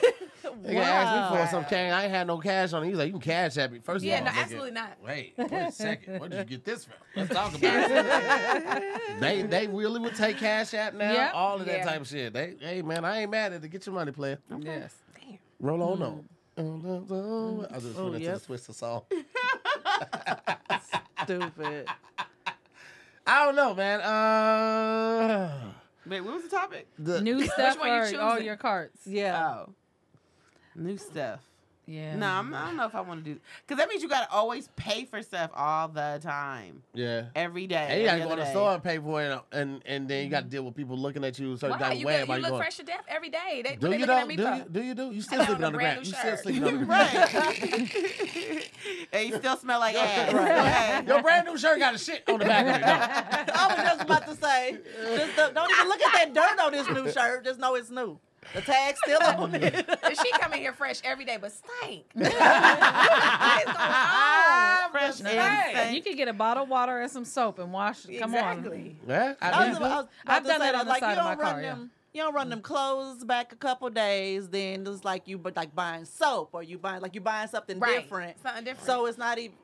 S1: They gonna ask me for some cash. I ain't had no cash on it. He's like, you can cash at me. First
S4: Yeah,
S1: of all,
S4: no,
S1: nigga,
S4: absolutely not.
S1: Wait, wait a second. Where did you get this from? Let's talk about it. they they really would take cash app now.
S5: Yep.
S1: All of that
S4: Yeah.
S1: type of shit. They hey man, I ain't mad at it. Get your money, player.
S5: Yes.
S1: Roll on on.
S4: Hmm.
S1: I just
S3: Oh,
S1: went into the
S3: yep.
S1: Swiss song.
S3: Stupid.
S1: I don't know, man. Uh,
S2: Wait, what was the topic?
S1: the,
S5: New stuff
S4: one you
S5: or all Oh.
S4: choosing?
S5: your cards.
S3: Yeah.
S2: Oh. New stuff.
S5: Yeah.
S2: No, I'm, I don't know if I want to do because that means you gotta always pay for stuff all the time,
S1: Yeah.
S2: every day.
S1: And you gotta
S2: every
S1: go to the
S2: other
S1: store
S2: day.
S1: and pay for it, and and then you gotta deal with people looking at you a certain
S4: Wow,
S1: kind of
S4: Hmm. you,
S1: way.
S4: look,
S1: about
S4: you
S1: you
S4: look
S1: going,
S4: fresh to death every day. They, what
S1: do
S4: they
S1: you
S4: looking at
S1: don't?
S4: me
S1: Do
S4: for?
S1: you, do you do? You still
S4: got on
S1: sleeping
S4: a
S1: on the
S4: brand
S1: ground.
S4: new
S1: You still
S4: shirt.
S1: sleeping on the ground.
S2: right. and you still smell like ass. Go ahead.
S1: Your brand new shirt got a shit on the back of it. No.
S3: I was just about to say, just don't- don't even look at that dirt on this new shirt. Just know it's new. The tag's still on it.
S4: And she come in here fresh every day, but stink. What is going on?
S2: Fresh
S4: Stink.
S2: and
S5: You could get a bottle of water and some soap and wash. Come on.
S4: exactly.
S1: Yeah,
S3: I
S1: I mean,
S3: was, I was about
S5: I've
S3: to
S5: done
S3: say
S5: that on the
S3: like,
S5: side
S3: you
S5: of
S3: don't
S5: my
S3: run
S5: car, yeah.
S3: Them, You don't run them clothes back a couple days, then it's like you but like buying soap or you buying like you buying something
S4: Right.
S3: different.
S4: Something different.
S3: So it's not even.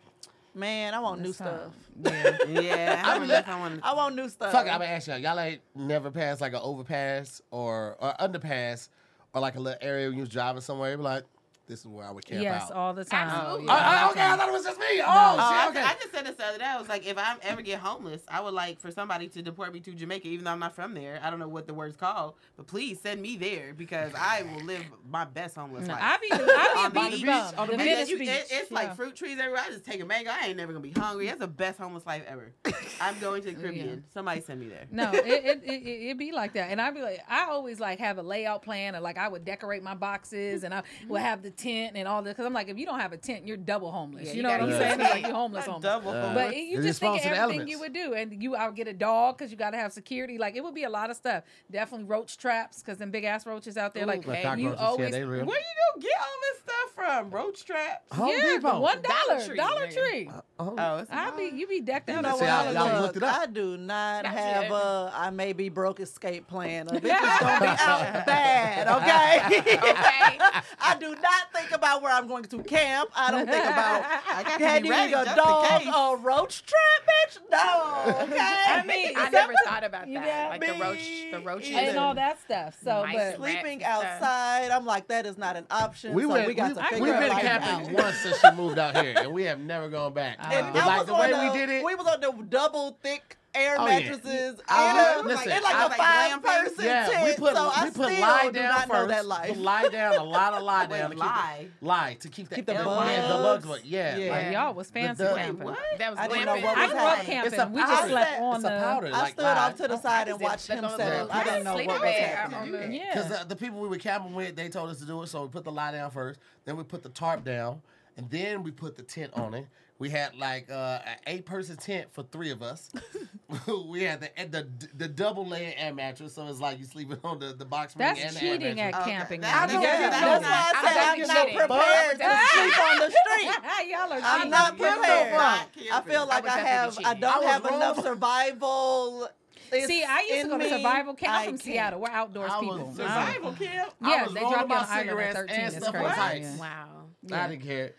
S3: Man, I want new
S5: That's how-
S3: stuff.
S5: Yeah.
S2: Yeah, I don't know if I want
S3: I want new stuff.
S1: fuck. I'm gonna ask y'all. Y'all ain't never passed like an overpass or or underpass or like a little area when you was driving somewhere. You be like, this is where I would camp
S5: Yes,
S1: out.
S5: all the time.
S4: Absolutely.
S1: Oh, oh, okay, I thought it was just me.
S2: Oh,
S1: Oh,
S2: I,
S1: shit. Okay.
S2: I just said this the other day. I was like, if I ever get homeless, I would like for somebody to deport me to Jamaica, even though I'm not from there. I don't know what the word's called, but please send me there because I will live my best homeless
S5: No,
S2: life.
S5: I be, I
S2: On
S5: be
S2: the
S5: a beach
S2: beach,
S5: bum.
S2: on the
S5: the
S2: beach.
S5: Venice
S2: You-
S5: beach.
S2: it- it's
S5: yeah.
S2: like fruit trees everywhere. I just take a mango. I ain't never gonna be hungry. That's the best homeless life ever. I'm going to the Caribbean. Somebody send me there.
S5: No, it it, it it it be like that, and I be like, I always like have a layout plan, and like I would decorate my boxes, and I would have the tent and all this, because I'm like, if you don't have a tent, you're double homeless.
S4: Yeah,
S5: you
S4: you
S5: know what
S4: gotta
S5: I'm
S1: be
S5: saying?
S1: legit.
S5: Like, you're homeless, homeless.
S2: Double
S1: Uh,
S5: But
S2: homeless.
S5: it- you
S1: It's
S5: just think of
S1: response to the
S5: everything
S1: elements.
S5: you would do, and you I would get a dog because you got to have security. Like it would be a lot of stuff. Definitely roach traps because them big ass roaches out there. like
S1: Like
S5: you
S1: cockroaches, yeah,
S5: always
S1: they real.
S2: Where you gonna get all this stuff from? Roach traps?
S1: Home
S5: yeah,
S1: Depot.
S5: one dollar,
S4: Tree,
S5: Dollar
S4: nigga.
S5: Tree.
S1: Oh,
S2: Oh, it's
S5: I be you be decked
S3: You
S5: out.
S3: know
S5: as
S1: See,
S3: what?
S1: y'all-
S3: I,
S5: well.
S1: y'all
S3: look,
S1: looked it up.
S3: I do not
S4: Y'all see
S3: have a
S4: everything.
S3: I may be broke escape plan. It's gonna be out bad, okay?
S4: Okay.
S3: I do not think about where I'm going to camp. I don't think about
S2: I got to
S3: Can
S2: be
S3: you
S2: ready
S3: eat
S2: just
S3: a
S2: in
S3: dog Oh,
S2: case.
S3: on roach trip, bitch? No, okay.
S4: I mean, I never thought about
S5: You
S4: that.
S5: got
S4: Like the roach,
S3: me.
S4: the roaches.
S5: and all that stuff. So,
S4: Mice
S5: but
S4: and
S3: sleeping
S4: Rats and stuff.
S3: outside. I'm like, that is not an option.
S1: We
S3: so
S1: went.
S3: we got
S1: we,
S3: to
S1: have
S3: figure
S1: been
S3: life
S1: camping
S3: out.
S1: once since she moved out here, and we have never gone back.
S5: And
S3: And
S1: But
S3: I
S1: like
S3: was
S1: the
S3: on
S1: way
S3: the-
S1: we did it,
S3: We was on the double thick air
S1: Oh, yeah.
S3: mattresses.
S1: I
S3: and, a,
S1: was- listen,
S3: and like
S1: I
S3: a
S1: was
S2: like
S3: five person
S1: yeah,
S3: tent.
S1: we put
S3: so I
S1: we
S3: still
S1: put lie
S3: do
S1: down
S3: not know
S1: first.
S3: that life.
S1: Put lie down, a lot of lie down, to keep-
S2: lie?
S1: lie to keep,
S3: Keep
S1: the,
S3: the
S1: yeah, the bugs.
S3: bugs.
S1: away. Yeah,
S3: Yeah.
S1: like,
S5: Like, y'all was fancy
S1: the-
S5: camping.
S2: What?
S4: That was
S3: I didn't know
S4: glamping.
S3: what
S5: I
S3: was
S5: grew up
S3: happening.
S5: camping.
S1: It's a
S5: we just
S1: powder.
S5: slept
S3: It's
S5: on
S1: it's a
S5: the
S1: powder.
S3: I
S1: like
S3: stood
S1: lie.
S3: off to the side and watched him settle. I didn't know what
S4: Sleep
S3: was
S4: bag
S3: happening.
S4: on the-
S1: Because
S5: Yeah.
S1: uh, the people we were camping with, they told us to do it, so we put the lie down first. Then we put the tarp down, and then we put the tent on it. We had like uh, an eight-person tent for three of us. we had the and the the double layer air mattress, so it's like you sleeping on the, the box spring
S5: That's
S1: and the air
S5: cheating at
S1: mattress.
S2: Okay.
S5: camping.
S2: That's-
S5: though. You
S2: that's-
S5: can't
S3: Yeah, that's
S5: do that.
S3: why I
S4: I'm
S3: said I'm
S4: definitely
S3: not prepared
S4: cheating.
S3: to sleep on the street.
S5: Y'all are
S3: I'm
S5: cheating.
S3: not
S5: Y'all
S3: prepared.
S5: so wrong.
S2: Not
S3: I
S2: camping.
S3: feel like
S4: would
S3: I
S4: definitely
S3: have
S4: cheat.
S3: I
S1: I
S3: don't
S1: was
S3: have enough
S1: wrong.
S3: survival. It's
S5: See, I used to
S3: in
S5: go to
S3: me.
S5: survival camp.
S3: I
S5: I'm from
S3: can't.
S5: Seattle. We're outdoors
S1: I
S5: people.
S1: was
S5: Um,
S1: survival
S2: camp.
S5: Yeah,
S1: I was
S5: they
S1: rolling
S5: drop you on
S1: my
S5: an island at
S1: cigarettes
S5: 13.
S1: and
S5: It's
S1: stuff on
S5: crazy.
S1: heights.
S5: Yeah.
S4: Wow.
S1: I didn't care.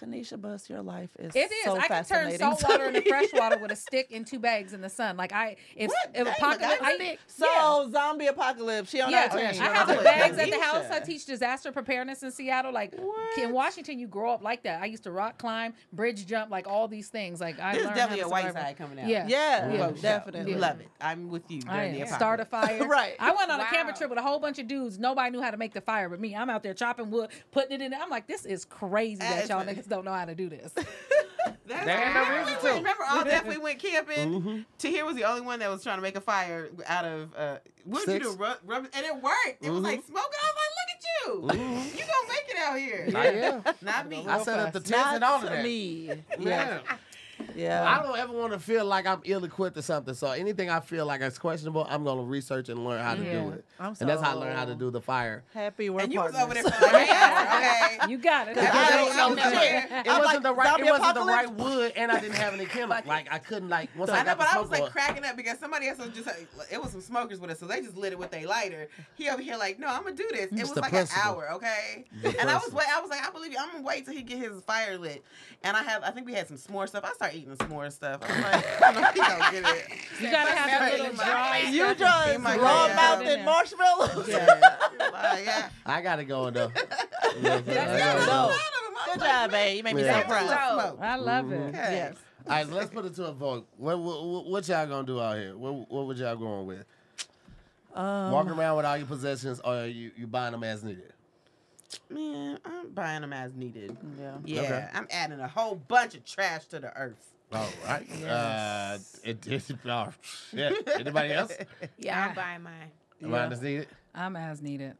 S3: Kanisha Bus, your life is
S5: It is.
S3: so
S5: I can turn
S3: fascinating.
S5: salt
S3: to
S5: water into
S3: me.
S5: fresh water with a stick and two bags in the sun. Like I, if, if
S2: Dang,
S5: apocalypse,
S2: like, I
S5: I,
S3: So zombie apocalypse. She on
S5: Yeah,
S3: that
S1: she
S3: team.
S5: I
S1: on
S5: have
S1: that
S5: the
S1: team.
S5: bags at the house. I
S2: Alicia.
S5: teach disaster preparedness in Seattle. Like in Washington, you grow up like that. I used to rock climb, bridge jump, like all these things. Like I
S2: There's
S5: learned how
S2: definitely
S5: to
S2: a white
S5: survive.
S2: side coming out.
S5: Yeah.
S3: Yeah,
S5: Yeah.
S3: definitely.
S5: Yeah.
S2: Love it. I'm with you during
S5: I
S2: the
S5: am.
S2: apocalypse.
S5: start a fire.
S3: Right.
S5: I went on a
S4: Wow.
S5: camping trip with a whole bunch of dudes. Nobody knew how to make the fire but me. I'm out there chopping wood, putting it in. I'm like, this is crazy that
S2: That is
S5: y'all
S2: funny.
S5: niggas don't know how to do this.
S2: That's
S1: There ain't no
S2: remember,
S1: reason
S2: we
S1: to.
S2: remember all definitely went camping. Tahir was the only one that was trying to make a fire out of uh, what did you
S1: Sticks.
S2: do? Rub, rub, and it worked. It was like smoking. I was like, look at you. You gonna make it out here?
S1: I am.
S2: Not me.
S1: I set up the tents
S3: Not
S1: and all of
S3: to
S1: that.
S3: me. Yeah,
S1: Yeah. I
S3: yeah.
S1: don't ever want to feel like I'm ill equipped or something. So anything I feel like is questionable, I'm gonna research and learn how to do
S5: Yeah.
S1: it.
S3: I'm
S1: and that's how I learned
S3: so-
S1: how to do the fire.
S3: Happy we're
S2: and you
S3: partners.
S2: was over there for like, hey, okay.
S5: you got it.
S1: Because
S2: I
S1: I
S2: don't
S1: don't
S2: know
S1: know
S2: that.
S1: shit.
S2: I'm
S1: It wasn't
S3: like,
S1: the right.
S3: zombie
S1: It wasn't the
S3: apocalypse?
S1: right wood, and I didn't have any chemical. like I couldn't like once I,
S2: I know,
S1: got
S2: but
S1: the
S2: I was like
S1: smoke going,
S2: cracking up because somebody else was just like, it was some smokers with us, so they just lit it with their lighter. He over here like, no, I'm gonna do this. It
S1: It's
S2: was
S1: the
S2: like
S1: principle.
S2: an hour, okay?
S1: The
S2: and I was
S1: principle.
S2: wait, I was like, I believe you. I'm gonna wait till he get his fire lit. And I have, I think we had some s'more stuff. I started eating s'more stuff. I'm like, I don't know if he gonna get it.
S5: You gotta have a little dry.
S3: You
S5: stuff.
S3: just
S2: my
S3: raw
S2: crib.
S3: mouth and marshmallows.
S2: Like, yeah.
S1: I gotta go though.
S3: gotta go.
S1: All
S3: Good job, babe. You made me
S1: Yeah.
S3: so proud.
S5: I love it.
S3: Yes.
S1: right, so let's put it to a vote. What what, what- what y'all gonna do out here? What what would y'all going with?
S3: Um,
S1: Walking around with all your possessions, or you you buying them as needed?
S2: Man, I'm buying them as needed.
S3: Yeah.
S2: Yeah,
S1: Okay.
S2: I'm adding a whole bunch of trash to the earth.
S1: All right. Uh, it, it, oh, shit. Anybody else?
S4: Yeah, I'll buy mine.
S1: Mine is needed.
S5: I'm as needed.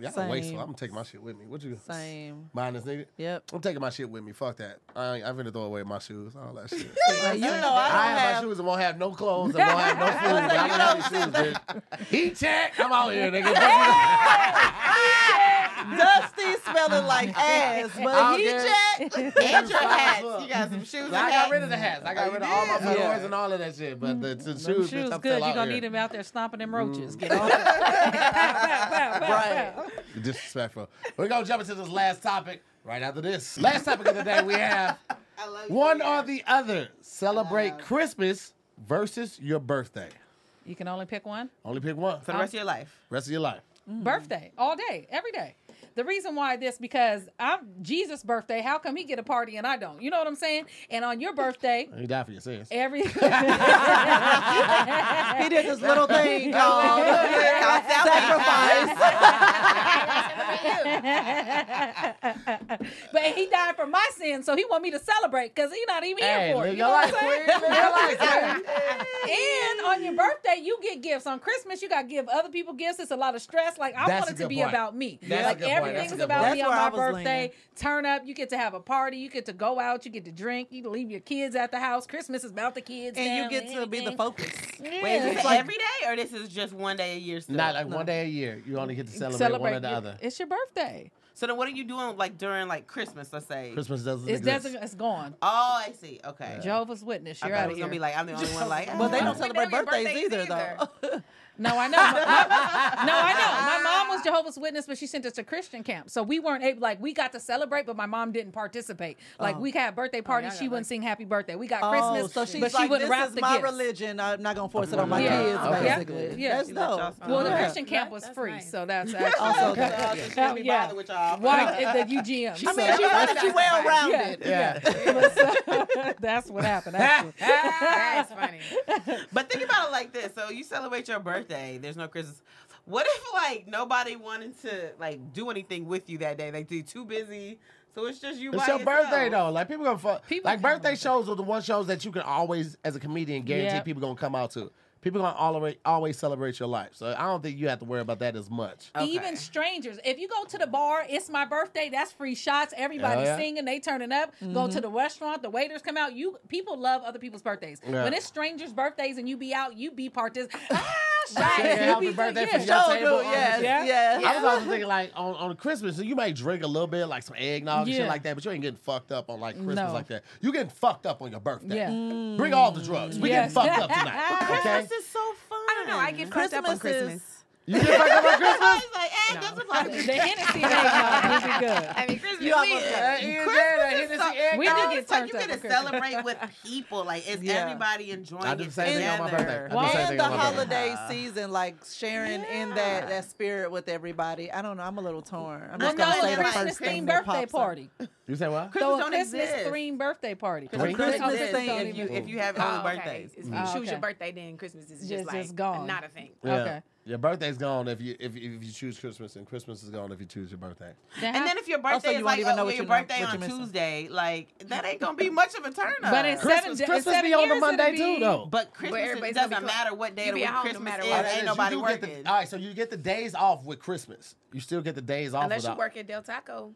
S1: Y'all are wasteful.
S3: Same.
S1: I'm gonna take my shit with me. What you got?
S3: Same.
S1: Mine is needed.
S3: Yep.
S1: I'm taking my shit with me. Fuck that. I ain't, I'm finna throw away my shoes. All that shit.
S3: Like, you know I don't
S1: I have,
S3: have.
S1: my shoes and won't have no clothes. I won't have no food. but I don't have these shoes, bitch. Heat check. I'm out here, nigga.
S3: Dusty smelling like ass, but he
S1: Okay.
S3: checked.
S2: And your hats. You got some shoes.
S1: I got rid of the hats. I got rid of all my
S3: did?
S1: fedora and all of that shit. But the, the
S5: Shoes,
S1: shoes,
S5: shoes
S1: bitch, I'm
S5: good.
S1: still
S5: You're
S1: out
S5: gonna
S1: here.
S5: need them out Mm. there stomping them roaches. Get off. Pow, pow, pow, pow,
S3: Right.
S5: pow.
S1: Disrespectful. We're gonna jump into this last topic right after this. Last topic of the day we have
S2: I love you.
S1: one or the other. Celebrate Christmas versus your birthday.
S5: You can only pick one.
S1: Only pick one.
S2: for the rest of your life.
S1: Rest of your life.
S5: birthday all day every day the reason why this because i'm jesus birthday how come he get a party and i don't you know what i'm saying and on your birthday
S1: You die for your sins.
S5: every
S3: He did this little thing called sacrifice.
S5: but he died for my sins so he want me to celebrate because he not even
S1: Hey,
S5: here for
S1: live
S5: it you
S1: your
S5: know what i'm
S1: life,
S5: saying
S1: queen. Live your life, queen.
S5: and on your birthday you get gifts on christmas you got to give other people gifts it's a lot of stress like i
S1: That's
S5: want
S1: a
S5: it to
S1: good
S5: be
S1: point.
S5: about me
S1: That's a
S5: like
S1: good point. That's a
S5: everything's
S1: good
S5: about
S1: point.
S5: me
S3: That's
S5: on
S3: where
S5: my
S3: I was
S5: birthday
S3: leaning.
S5: turn up you get to have a party you get to go out you get to drink you can leave your kids at the house christmas is about the kids
S3: And you
S5: now
S3: get to be the
S5: everything.
S3: focus.
S2: Wait, is
S5: Yeah.
S2: this
S3: Like-
S2: every day or this is just one day a year still?
S1: Not like one day a year. You only get to celebrate, one or the
S5: your-
S1: other.
S5: It's your birthday.
S2: so then what are you doing like during like Christmas, let's say?
S1: Christmas doesn't
S5: It
S1: exist.
S5: doesn't. It's gone.
S2: Oh, I see. Okay.
S5: Jehovah's Witness.
S2: I
S5: You're
S2: thought
S5: out
S2: it
S5: of
S2: was
S5: here.
S2: gonna be like I'm the only one like
S3: But they
S2: ah.
S3: don't
S4: Well, we
S3: celebrate
S4: know your
S3: birthdays
S4: birthdays
S3: either,
S4: either.
S3: though.
S5: no, I know. My- my- no, I know. My mom was Jehovah's Witness, but she sent us to Christian camp, so we weren't able. Like we got to celebrate, but my mom didn't participate. Like we had birthday parties, she wouldn't sing Happy Birthday. We got
S3: Oh,
S5: Christmas,
S3: so she's
S5: but she
S3: like,
S5: wouldn't
S3: this
S5: wrap
S3: is
S5: the
S3: my
S5: gifts.
S3: religion. I'm not gonna force it on my
S5: Yeah.
S3: kids,
S1: Okay.
S3: basically.
S5: Yeah.
S3: That's
S2: She let y'all
S3: dope.
S2: smile.
S5: Well, the
S3: Yeah.
S5: Christian camp was
S4: That's
S5: free,
S4: nice.
S5: so that's actually
S3: Also
S2: So, uh, she shouldn't be
S5: Yeah.
S2: bothered with y'all.
S5: Why at the
S3: I
S5: UGM?
S3: mean, she
S2: Sacrifice.
S3: wanted you well rounded.
S1: Yeah.
S5: that's what happened. Actually.
S4: That's funny.
S2: But think about it like this. So you celebrate your birthday. There's no Christmas. What if like nobody wanted to like do anything with you that day? Like they too busy. So it's just you.
S1: It's
S2: by
S1: your birthday
S2: yourself.
S1: though. Like people gonna fuck.
S5: People
S1: like
S5: come
S1: birthday
S5: with it.
S1: shows are the one shows that you can always, as a comedian, guarantee
S5: Yep.
S1: people gonna come out to. People gonna always always celebrate your life. So I don't think you have to worry about that as much.
S5: Even strangers. If you go to the bar, it's my birthday. That's free shots. Everybody's
S1: Oh, yeah.
S5: singing. They turning up. Go to the restaurant. The waiters come out. You people love other people's birthdays.
S1: Yeah.
S5: When it's strangers' birthdays and you be out, you be participating. ah, shots.
S1: Share
S5: You
S1: happy
S5: be-
S1: birthday
S5: yeah.
S1: from your
S3: Sure
S1: table.
S3: do. Yes.
S5: Yeah.
S3: Yes.
S1: I was also thinking like on, on Christmas, so you might drink a little bit, like some eggnog and
S5: Yeah.
S1: shit like that, but you ain't getting fucked up on like Christmas
S5: No.
S1: like that. You getting fucked up on your birthday. Mm.
S5: Yeah.
S1: Bring all the drugs. We
S5: Yes.
S1: getting fucked up tonight. Okay.
S2: This is so fun.
S4: I don't know. I get fucked up on Christmas.
S3: is
S1: You get fucked up on Christmas.
S2: It's like, eh, that's a
S5: The
S2: problem.
S5: Hennessy eggnog would be good.
S4: I mean, Christmas.
S3: You almost
S4: is-
S3: got it.
S1: Christmas is so-
S5: We do
S2: No,
S5: get
S2: it's like
S5: turned
S2: you
S5: up
S2: get
S5: on
S2: to
S5: Christmas.
S2: celebrate with people. Like it's
S3: Yeah.
S2: everybody enjoying
S1: I do the
S2: it
S1: same thing on my
S2: together.
S1: birthday. I do the same
S3: and
S1: thing
S3: the
S1: on my birthday.
S3: holiday season, like sharing in that that spirit with everybody. I don't know. I'm a little torn. I'm just
S5: No,
S3: gonna say the
S5: Christmas
S3: first thing
S5: themed
S3: that
S5: birthday
S3: pops up.
S5: party.
S1: You say what?
S5: Throw a
S2: don't
S5: Christmas
S2: exist.
S5: themed birthday party.
S1: Christmas
S5: Christmas
S3: don't
S5: don't
S3: exist.
S5: even-
S2: If you if you have
S4: Oh,
S2: only
S4: okay.
S2: birthdays.
S4: If you
S5: Oh,
S4: choose your
S5: okay.
S4: birthday, then Christmas is just,
S5: Just-
S4: like
S5: just gone.
S4: not a thing.
S1: Yeah.
S5: Okay.
S1: Your birthday's gone if you if, if you choose Christmas, and Christmas is gone if you choose your birthday.
S2: And then if your birthday
S3: Also, you
S2: is
S3: won't
S2: like,
S3: even
S2: oh,
S3: know
S2: well,
S3: what
S2: your
S3: you know-
S2: birthday
S3: what you're
S2: on
S3: missing.
S2: Tuesday, like that ain't gonna be much of a turn up.
S5: But in seven,
S1: Christmas,
S5: in
S1: Christmas
S5: seven
S1: be on a
S5: years,
S1: Monday
S5: it'll
S1: too,
S5: be-
S1: though.
S2: but Christmas
S4: everybody's
S2: it
S4: gonna be
S2: doesn't
S4: close.
S2: matter what day
S4: You
S2: of the
S4: be
S2: week
S4: at home no
S2: Christmas
S4: matter
S2: is.
S4: what.
S1: That is,
S2: Ain't
S1: you
S2: nobody
S1: do get the-
S2: working.
S1: all right, so you get the days off with Christmas. You still get the days off.
S4: Unless you
S1: without,
S4: work at Del Taco,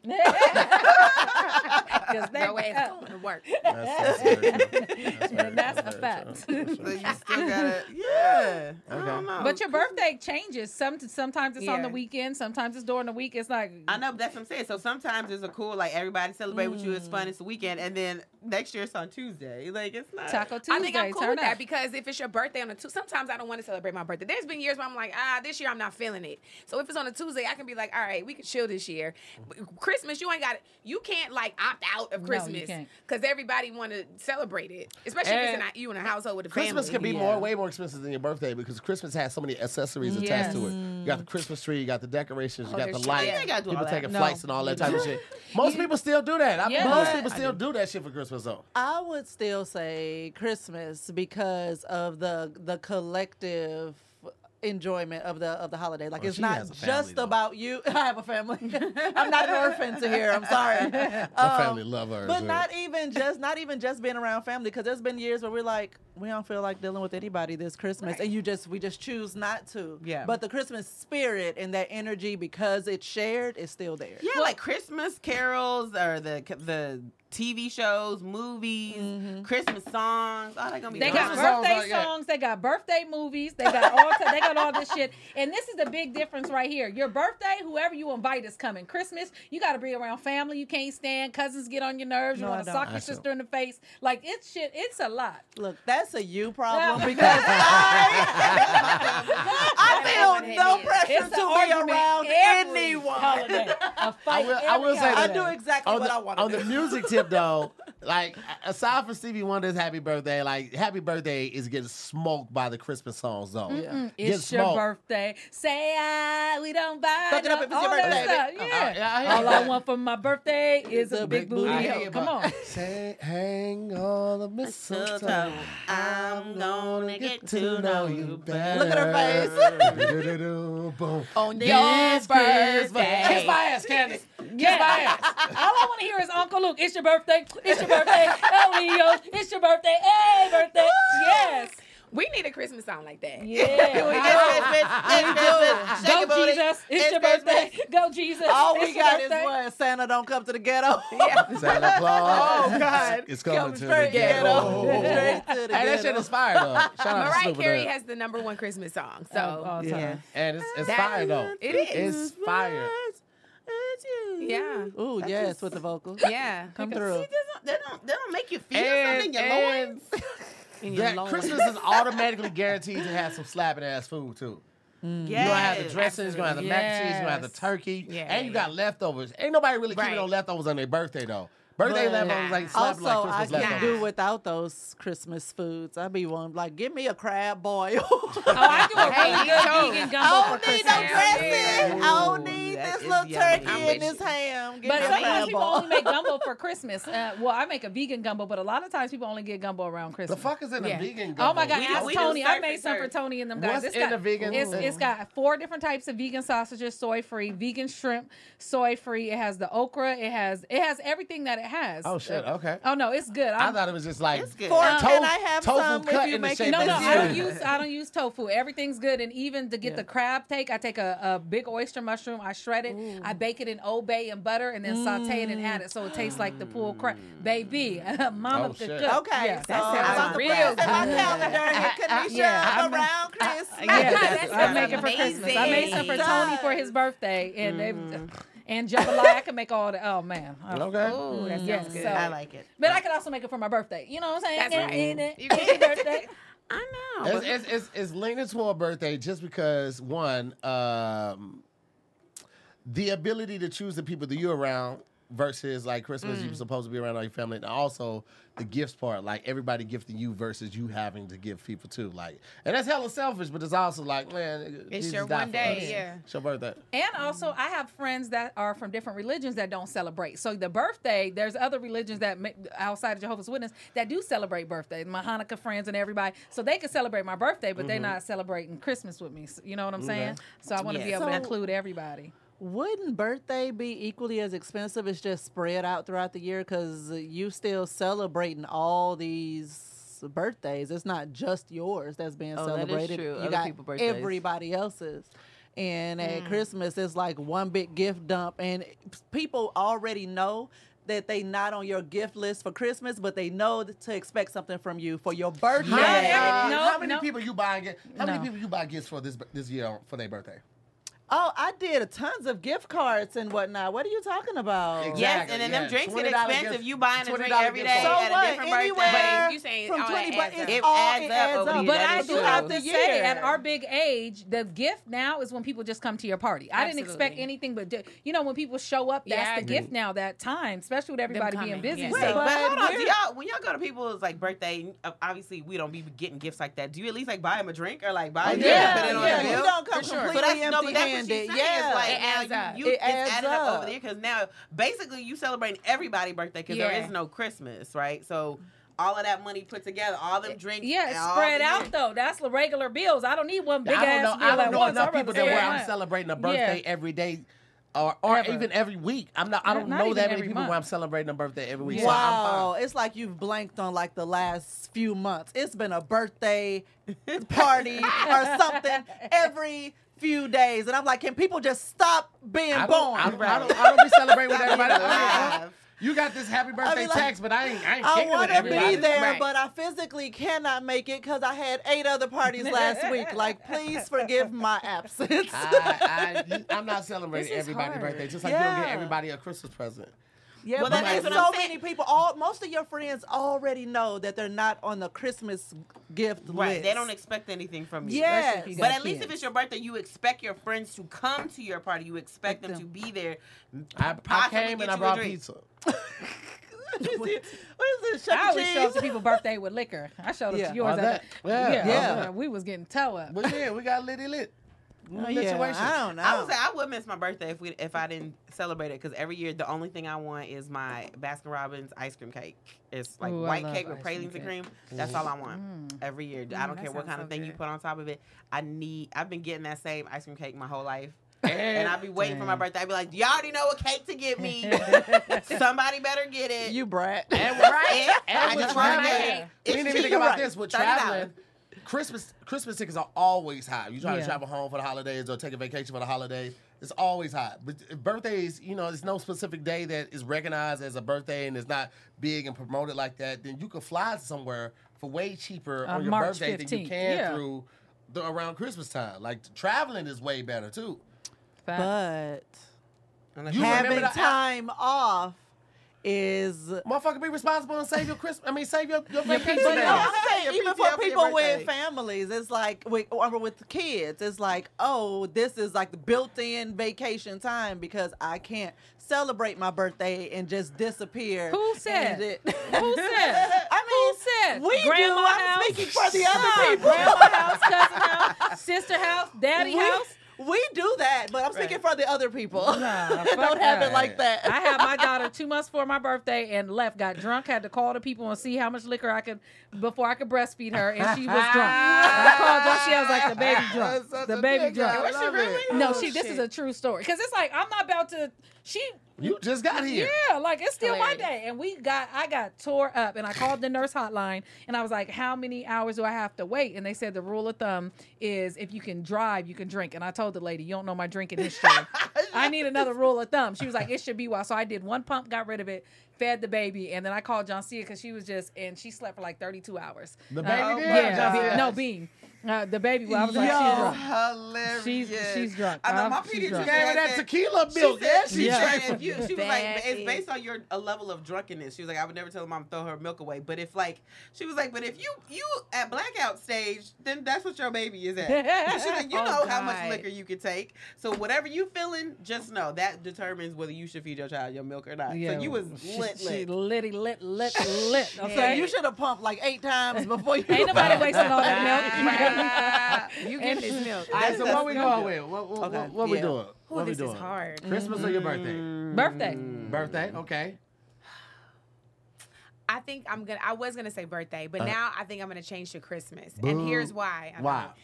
S5: Because they
S4: your ass going to work.
S1: That's, that's very true. That's very
S5: And that's
S1: true. very
S5: a fact.
S1: true. That's
S2: So
S1: very
S2: you
S1: true.
S2: still gotta, yeah. I
S1: Okay.
S2: don't know.
S5: But your birthday changes. Some sometimes it's on the
S4: Oh, Yeah.
S5: weekend, sometimes it's during the week. It's like
S2: I know, but that's what I'm saying. So sometimes it's a cool, like everybody celebrate with you. It's
S5: Mm.
S2: fun. It's a weekend, and then next year it's on Tuesday. Like it's not
S5: Taco Tuesday.
S4: I think I'm cool
S5: turn
S4: with that
S5: up.
S4: because if it's your birthday on a Tuesday, sometimes I don't want to celebrate my birthday. There's been years where I'm like, ah, this year I'm not feeling it. So if it's on a Tuesday, I can be like, all right, we can chill this year. But Christmas, you ain't got it. You can't like opt out of
S5: No, you
S4: Christmas
S5: can't.
S4: because everybody want to celebrate it, especially if
S1: And
S4: it's in a, you in a household with a
S1: Christmas can
S4: family.
S1: be
S5: Yeah.
S1: more, way more expensive than your birthday because Christmas has so many accessories attached to it. You got the Christmas tree, you got the decorations, you
S4: Oh,
S1: got the
S4: there's-
S1: lights,
S4: you ain't
S2: gotta do
S1: people
S2: all that.
S1: taking
S5: No.
S1: flights and all that type of shit. Most people still do that. I,
S5: Yeah.
S1: Most
S5: But-
S1: people still do that shit for Christmas though.
S3: I would still say Christmas because of the the collective enjoyment of the of the holiday. Like
S1: Well, Oh,
S3: it's
S1: she
S3: not
S1: has a family,
S3: just
S1: though.
S3: about you. I have a family. I'm not an orphan to here. I'm sorry.
S1: My
S3: Um,
S1: family love her.
S3: But
S1: so-
S3: not even just not even just being around family because there's been years where we're like we don't feel like dealing with anybody this Christmas and you just we just choose not to.
S2: Yeah.
S3: But the Christmas spirit and that energy because it's shared is still there.
S2: Yeah, like Christmas carols or the the TV shows, movies, Christmas songs. Oh, they gonna
S5: Mm-hmm.
S2: be
S5: They
S2: gone.
S5: got
S1: Christmas songs
S5: birthday
S1: like that.
S5: songs. They got birthday movies. They got all. they got all this shit. And this is the big difference right here. Your birthday, whoever you invite is coming. Christmas, you got to be around family. You can't stand cousins get on your nerves. You
S3: No, I
S5: want to
S3: don't.
S5: sock
S1: I
S5: your
S1: don't.
S5: sister in the face. Like it's shit. It's a lot.
S3: Look, that's a you problem
S5: Yeah.
S3: because I, I feel no
S4: It's
S3: pressure
S5: It's an
S3: to be
S5: argument
S3: around
S5: every
S3: anyone.
S5: Holiday. A fight
S1: will- I
S5: every
S1: will say that.
S3: I
S5: holiday.
S3: do exactly
S1: on
S3: what
S1: the,
S3: I want
S1: on
S3: to
S1: the
S3: do.
S1: music tip though, like aside from Stevie Wonder's "Happy Birthday," like "Happy Birthday" is getting smoked by the Christmas songs though.
S5: Mm,
S1: Get
S5: It's your
S1: smoked.
S5: birthday. Say I, we don't buy.
S3: Fuck it up
S5: no-
S3: if it's your
S5: all that
S3: birthday, Uh-huh.
S5: stuff.
S1: Uh,
S5: Yeah.
S1: yeah, hear
S5: All I
S1: that.
S5: want for my birthday is a big booty.
S1: I hear
S5: hoe.
S1: you,
S5: Come
S1: but-
S5: on.
S1: Say, hang on the mistletoe.
S2: Mistletoe. I'm gonna get to know you better.
S3: Look at her
S1: her face. Boom.
S3: On your
S1: Yes, Christmas.
S3: birthday.
S1: Kiss my ass, Candace.
S5: Yeah. All I want to hear is Uncle Luke. It's your birthday. It's your birthday. El Nino. It's your birthday. Hey, birthday. Yes.
S4: We need a Christmas song like that.
S5: Yeah.
S2: It's Christmas, it's Christmas, shake your
S5: Go
S2: booty.
S5: Jesus. It's, your
S2: Christmas.
S5: birthday. Go Jesus.
S3: All
S5: it's
S3: we
S5: your
S3: got is
S5: birthday.
S3: what Santa don't come to the ghetto.
S1: Santa Claus.
S3: Oh, God.
S1: It's coming to the
S3: straight
S1: ghetto. Hey,
S3: ghetto. Straight to the
S1: that shit
S3: ghetto.
S1: is fire though. Shout out to
S4: Mariah
S1: Snoop
S4: Carey
S1: Dogg.
S4: has the number one Christmas song. So
S5: Oh, all the time.
S1: and it's, it's
S4: That-
S1: fire though.
S4: it is.
S1: It's fire.
S2: It's
S5: oh.
S2: you.
S4: Yeah.
S3: Ooh, yes, with the vocals.
S4: Yeah.
S3: Come through.
S2: They don't, they don't, they don't make you feel
S1: And,
S2: something in your
S1: and
S2: loins.
S1: that Christmas is automatically guaranteed to have some slapping ass food too.
S2: Yeah.
S1: You're gonna have the dressings, you're gonna have the mac and cheese, you're gonna have the
S5: Yes.
S1: turkey,
S4: Yeah,
S1: and you
S4: yeah,
S1: got leftovers. Ain't nobody really keeping
S4: Right.
S1: on leftovers on their birthday though. Birthday
S3: But-
S1: leftovers like
S3: Also,
S1: slapping like Christmas
S3: I can
S1: leftovers.
S3: do without those Christmas foods. I'd be one like, give me a crab boil.
S5: Oh, I do a really
S4: you go.
S5: good vegan
S3: I Oh,
S5: gumbo for
S3: don't need
S5: Christmas.
S3: no dressing. I don't
S2: Ooh,
S3: need
S2: that
S3: this
S2: is
S3: little
S2: yummy. I'm
S3: turkey
S4: with
S3: and this
S4: you.
S3: ham. Give me
S5: But
S3: a
S5: sometimes
S3: crab
S5: people
S3: boil.
S5: only make gumbo for Christmas. Uh, well, I make a vegan gumbo, but a lot of times people only get gumbo around
S1: the
S5: Christmas.
S1: fuck is in a
S4: Yeah.
S1: vegan?
S5: Oh my
S1: gumbo?
S5: God!
S2: We do-
S5: Ask
S2: we do
S5: Tony. I
S2: surf
S5: made
S2: and
S5: some for
S2: turf.
S5: Tony and them guys.
S1: What's
S5: It's
S1: in
S5: got,
S1: the vegan
S5: It's,
S1: thing?
S5: it's got four different types of vegan sausages: soy-free, vegan shrimp, soy-free. It has the okra. It has it has everything that it has.
S1: Oh shit. Okay.
S5: Oh no, it's good.
S1: I
S5: I'm,
S1: thought it was just like
S2: It's good.
S3: Four,
S1: Um,
S3: can
S1: tofu-
S3: I have
S1: tofu
S3: some
S1: cut
S3: if
S1: in
S3: you
S1: the
S3: make
S1: shape
S3: it?
S1: that
S5: no, no,
S1: you
S5: I don't
S1: do.
S5: use I don't use tofu. Everything's good, and even to get the crab take, I take a, a big oyster mushroom, I shred it, I bake it in Old Bay and butter, and then saute it and add it so it tastes like the pulled crab. Baby, mama
S1: Oh,
S5: could
S1: shit.
S5: cook.
S3: Okay,
S5: Yeah.
S3: so I'm
S4: sounds
S3: about to
S4: real
S3: put that in
S4: good.
S3: my calendar and Kanisha,
S5: Yeah,
S3: I'm
S5: I'm a-
S3: around Christmas.
S5: Yeah,
S4: That
S5: I
S4: sounds
S5: make it for
S4: amazing.
S5: Christmas. I made some for
S3: It
S5: Tony for his
S3: does.
S5: birthday, and they, and jambalaya. I can make all the. Oh man. Oh,
S1: Okay.
S2: Ooh, that sounds
S5: yes,
S2: good.
S5: so-
S2: I like it.
S5: But I could also make it for my birthday. You know what I'm saying?
S4: That's
S5: And-
S4: right.
S5: and- and-
S4: You can-
S5: and birthday.
S2: I know.
S1: It's, it's, it's, it's leaning to a birthday just because one, um, the ability to choose the people that you're around versus like Christmas,
S4: Mm.
S1: you're supposed to be around all your family, and also the gifts part, like everybody gifting you versus you having to give people too. Like, and that's hella selfish, but it's also like, man,
S4: It's
S1: Jesus
S4: your
S1: died
S4: one
S1: for
S4: day,
S1: us.
S4: yeah.
S1: it's your birthday.
S5: And also, I have friends that are from different religions that don't celebrate. So the birthday, there's other religions that ma- outside of Jehovah's Witness that do celebrate birthdays. My Hanukkah friends and everybody, so they can celebrate my birthday, but they're not celebrating Christmas with me. S- You know what I'm saying? So I want to be
S2: Yeah.
S5: able to
S3: So-
S5: include everybody.
S3: Wouldn't birthday be equally as expensive? It's just spread out throughout the year because you still celebrating all these birthdays. It's not just yours that's being
S2: Oh, that is
S3: celebrated.
S2: true.
S3: You
S2: Other
S3: got
S2: people's birthdays.
S3: everybody else's. And at Christmas, it's like one big gift dump, and people already know that they not on your gift list for Christmas, but they know to expect something from you for your birthday.
S1: How many,
S5: Yeah.
S1: uh,
S5: No,
S1: how many
S5: no.
S1: people you buy? How many
S5: No.
S1: people you buy gifts for this this year for their birthday?
S3: Oh, I did tons of gift cards and whatnot. What are you talking about?
S1: Exactly.
S2: Yes, and then
S1: yeah.
S2: them drinks are
S1: $20
S2: expensive.
S1: gift-
S2: You buying a drink
S1: $20
S2: every
S1: gift
S2: day
S1: card.
S3: So
S2: at
S3: what?
S2: a different birthday.
S3: Anywhere
S4: But if you saying
S3: from
S4: all
S3: twenty,
S4: that
S3: but
S4: adds
S3: it's
S4: up.
S2: oh, It
S3: all
S2: adds
S3: it
S2: up
S3: adds
S2: over
S3: up.
S2: the
S5: But
S2: That
S5: I
S2: is
S5: do
S2: true.
S5: have to
S3: Throughout the
S5: say,
S3: year.
S5: at our big age, the gift now is when people just come to your party. I didn't expect
S4: Absolutely.
S5: anything, but di- you know, when people show up, that's
S4: Yeah, I
S5: the gift now. That time, especially with everybody being
S4: coming,
S5: busy.
S4: yeah.
S2: Wait,
S5: So-
S2: but, hold on. Do
S3: we're-
S2: y'all when y'all go to people's like birthday? uh, Obviously, we don't be getting gifts like that. Do you at least like buy them a drink or like buy
S1: Oh,
S2: them
S1: yeah,
S2: put it on
S1: yeah,
S2: a
S1: you
S2: bill?
S3: don't come
S2: But
S3: completely
S2: that's- no, but that's what she's
S3: empty-handed.
S2: saying, is,
S3: Yeah.
S2: like,
S4: It
S2: now
S4: adds up.
S2: You,
S3: It
S2: it's
S3: adds
S2: added up.
S3: up.
S2: over there because now basically you celebrating everybody's birthday because
S4: Yeah.
S2: there is no Christmas, right? So all of that money put together, all them drinks.
S5: Yeah,
S2: and
S5: it's
S2: all
S5: spread
S2: the
S5: out
S2: drinks.
S5: though. That's the regular bills. I don't need one big
S1: I don't
S5: ass
S1: know.
S5: bill
S1: I
S5: at
S1: don't know
S5: once.
S1: enough
S5: I
S1: people to
S5: represent
S1: where
S5: my-
S1: I'm celebrating a birthday every day. Or, or
S5: Ever.
S1: even every week. I'm not. I
S5: Not-
S1: don't
S5: not
S1: know
S5: even
S1: that many
S5: every
S1: people
S5: month.
S1: where I'm celebrating a birthday every week. So I'm fine.
S3: Wow, it's like you've blanked on like the last few months. It's been a birthday party or something every few days, and I'm like, can people just stop being
S1: I don't,
S3: born?
S1: I don't, I don't, I don't be celebrating with everybody.
S2: Stop being
S1: I mean,
S2: alive.
S1: you got this happy birthday
S3: like,
S1: text, but I ain't. I ain't
S3: I
S1: kicking with
S3: want to
S1: everybody.
S3: be there,
S4: Right.
S3: but I physically cannot make it because I had eight other parties last week. Like, please forgive my absence.
S1: I, I, I'm not celebrating
S5: This is
S1: everybody's
S5: hard.
S1: birthday. Just like you don't
S3: Yeah.
S1: get everybody a Christmas present.
S3: Yeah,
S2: Well,
S3: but
S2: that
S3: there's
S2: is what
S3: so
S2: I'm saying.
S3: many people. All most of your friends already know that they're not on the Christmas gift
S2: Right,
S3: list.
S2: they don't expect anything from you.
S3: Yes.
S5: if you
S2: But
S5: got
S2: at least if
S5: kids.
S2: it's your birthday, you expect your friends to come to your party. You expect them
S5: Them.
S2: to be there.
S1: I, I
S2: Possibly
S1: came
S2: get
S1: and I
S2: you a
S1: brought
S2: drink.
S1: pizza.
S3: What is it? What is it? Chuck
S5: I
S3: E.
S5: always show up to
S3: Cheese?
S5: people's birthday with liquor. I showed up
S3: Yeah.
S5: to
S1: All
S5: yours. at the-
S1: that. Yeah,
S3: all
S5: yeah.
S3: that.
S5: We was getting toe up.
S1: But yeah, we got litty lit.
S3: Oh, yeah,
S1: Situation.
S3: I don't know.
S2: I
S5: Oh.
S2: would say I would miss my birthday if we if I didn't celebrate it because every year the only thing I want is my Baskin Robbins ice cream cake. It's like
S5: Ooh, I
S2: white
S5: love
S2: cake with
S5: ice cream
S2: pralines and
S5: cake. Mm.
S2: cream. That's all I want every year. I don't
S4: that
S2: care what
S4: sounds
S2: kind
S4: so
S2: of thing you
S4: good.
S2: put on top of it. I need. I've been getting that same ice cream cake my whole life.
S1: And
S2: And I'd be waiting for my birthday. I'd be like, y'all already know what cake to get me. Somebody better get it.
S3: you brat.
S1: and
S2: right?
S1: and
S2: I
S1: with
S2: just want
S1: traveling,
S2: that.
S1: we didn't even think
S2: cheap.
S1: about this. With
S2: Thirty dollars.
S1: traveling, Christmas Christmas tickets are always high. You try
S5: Yeah.
S1: to travel home for the holidays or take a vacation for the holidays. It's always high. But birthdays, you know, there's no specific day that is recognized as a birthday and is not big and promoted like that. Then you could fly somewhere for way cheaper
S5: Uh,
S1: on your
S5: March
S1: birthday than you
S5: 15th,
S1: can
S5: yeah.
S1: through the, around Christmas time. Like traveling is way better too.
S3: But
S1: You
S3: having
S1: remember the-
S3: time off is.
S1: Motherfucker, be responsible and save your Christmas. I mean, save your your vacation.
S3: But no,
S1: days.
S3: I'm
S2: Yeah.
S3: saying
S2: Yeah,
S3: even
S2: PTO
S3: for
S2: for your
S3: people with
S2: birthday.
S3: families, it's like with or with kids, it's like, oh, this is like the built-in vacation time because I can't celebrate my birthday and just disappear.
S5: Who
S3: and
S5: said?
S3: it-
S5: Who said?
S3: I mean,
S5: Who said?
S3: we
S5: Grandma
S3: do. I'm
S5: house?
S3: speaking for the other
S5: Nah,
S3: people.
S5: Grandma house, cousin house, sister house, daddy
S3: we,
S5: house.
S3: we do that, but I'm speaking for the other people.
S5: Nah, fuck
S3: Don't have
S5: that.
S3: it like that.
S5: I had my daughter two months before my birthday and left. Got drunk. Had to call the people and see how much liquor I could before I could breastfeed her, and she was drunk. I called her. She I was like the baby
S1: That's such
S5: drunk. The
S1: a
S5: baby
S1: nigga. I
S5: drunk.
S1: love it.
S5: No, she. This is a true story because it's like I'm not about to. She
S1: You just got here.
S5: yeah, like it's still my
S4: Hilarious.
S5: day. And we got I got tore up and I called the nurse hotline and I was like, How many hours do I have to wait? And they said the rule of thumb is if you can drive, you can drink. And I told the lady, You don't know my drinking history. I need another rule of thumb. She was like, It should be while. So I did one pump, got rid of it, fed the baby, and then I called John Cia because she was just and she slept for like thirty two hours.
S1: The baby
S5: Uh,
S1: did?
S5: Yeah,
S1: John
S5: Be-
S1: Cia?
S5: no being. Uh, the baby well, I was like, she's
S3: Yo.
S5: drunk.
S2: Hilarious.
S5: She's- she's drunk.
S2: I know
S5: Um,
S2: my
S5: she's
S2: PDG
S5: drunk.
S1: Gave her that tequila milk.
S2: She said,
S1: Yeah, she
S2: she
S1: drank
S2: said if you, she was like,
S4: That
S2: it's
S4: is-
S2: based on your a level of drunkenness. She was like, I would never tell a mom to throw her milk away. But if like, she was like, but if you you at blackout stage, then that's what your baby is at. She's like, you
S4: Oh,
S2: know how
S4: God.
S2: much liquor you can take. So whatever you feeling, just know that determines whether you should feed your child your milk or not.
S5: Yeah,
S2: So you was
S5: she-
S2: lit
S5: She
S2: lit.
S5: litty lit lit lit. Okay.
S3: So you should have pumped like eight times before you.
S5: Ain't nobody wasting all that
S4: Ah, you get this milk.
S1: All right, so
S2: That's-
S1: what we
S2: that's
S1: going
S2: good.
S1: with? What, what,
S3: Okay,
S1: what, what we
S3: yeah.
S1: doing?
S4: Ooh,
S1: what
S4: this
S1: we doing?
S4: is hard.
S1: Christmas or your birthday?
S5: milk. Birthday.
S2: Mm.
S1: Birthday, okay.
S4: I think I'm gonna. I was gonna say birthday, but now I think I'm gonna change to Christmas.
S1: Uh, Boo.
S4: And here's why. I
S1: Why?
S4: think.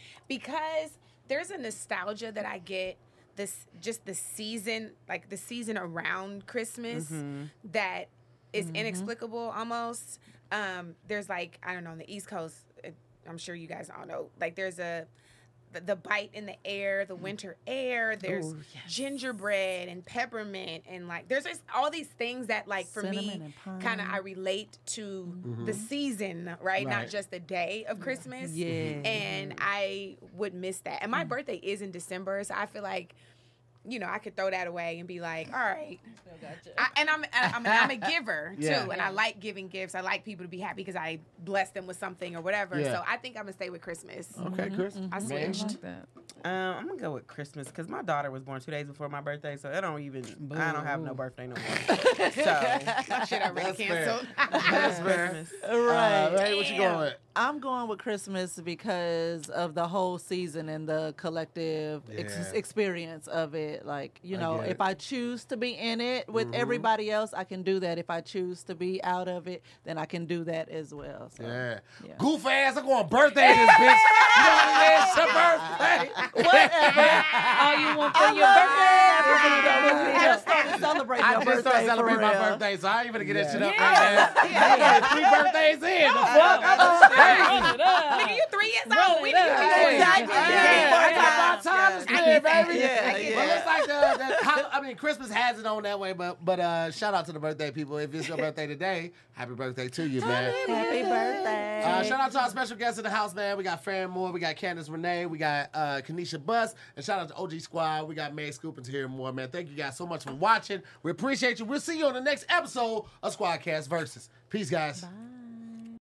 S4: Because there's a nostalgia that I get. This just the season, like the season around Christmas,
S1: Mm-hmm.
S4: that is inexplicable almost. Um, there's like I don't know on the East Coast. it- I'm sure you guys all know. Like there's a the, the bite in the air,
S1: Mm.
S4: the winter air. There's gingerbread and peppermint, and like there's just all these things that like for me
S3: Cinnamon and
S4: kind of I relate to the season, right? Not
S1: Um, mm-hmm. Right.
S4: just the day of Christmas.
S3: Yeah.
S4: And I would miss that. And
S1: Mm.
S4: my birthday is in December, so I feel like. You know, I could throw that away and be like, "All right," I, and I'm I, I mean, I'm a giver too,
S1: Yeah.
S4: and I like giving gifts. I like people to be happy because I bless them with something or whatever.
S1: Yeah.
S4: So I think I'm gonna stay with Christmas.
S1: Okay, Chris.
S4: I
S1: Man.
S4: switched.
S2: Um, I'm gonna go with Christmas because my daughter was born two days before my birthday, so I don't even. I don't have no birthday no more. so
S4: Shit already
S1: That's fair.
S4: canceled.
S1: That's fair.
S2: Christmas.
S1: All
S3: Right.
S1: right, what you going with?
S3: I'm going with Christmas because of the whole season and the collective ex-
S1: Yeah.
S3: experience of it. Like, you
S1: I
S3: know,
S1: get
S3: if
S1: it.
S3: I choose to be in it with everybody else, I can do that. If I choose to be out of it, then I can do that as well. So.
S1: Yeah.
S3: Yeah.
S1: Goof ass, I'm going birthday this bitch. You know what I'm saying? It's her birthday.
S3: Whatever.
S5: All you want for
S3: I
S5: your
S3: love
S5: birthday.
S3: it. I just started celebrating
S1: I
S3: your
S1: just
S3: birthday.
S1: started
S3: for
S1: celebrating my
S3: real.
S1: birthday, so I ain't gonna get that
S5: Yeah.
S1: shit up
S5: Yeah.
S1: right now. I'm only three birthdays in. The fuck?
S5: Run it up.
S4: Nigga, you three years
S5: Roll
S4: old. We
S5: it
S4: need
S5: up.
S4: you.
S3: Exactly.
S1: Yeah,
S3: Yeah.
S1: I got my time is clear, baby.
S3: Yeah,
S1: But
S3: yeah.
S1: it's like uh, the, the hol- I mean, Christmas has it on that way. But but uh, shout out to the birthday people. If it's your birthday today, happy birthday to you, man.
S3: Happy birthday.
S1: Uh, shout out to our special guests in the house, man. We got Fran Moore, we got Candace Renee, we got uh, Kanisha Bus, and shout out to OG Squad. We got May Scoop and to hear more, man. Thank you guys so much for watching. We appreciate you. We'll see you on the next episode of Squadcast Versus. Peace, guys. Bye.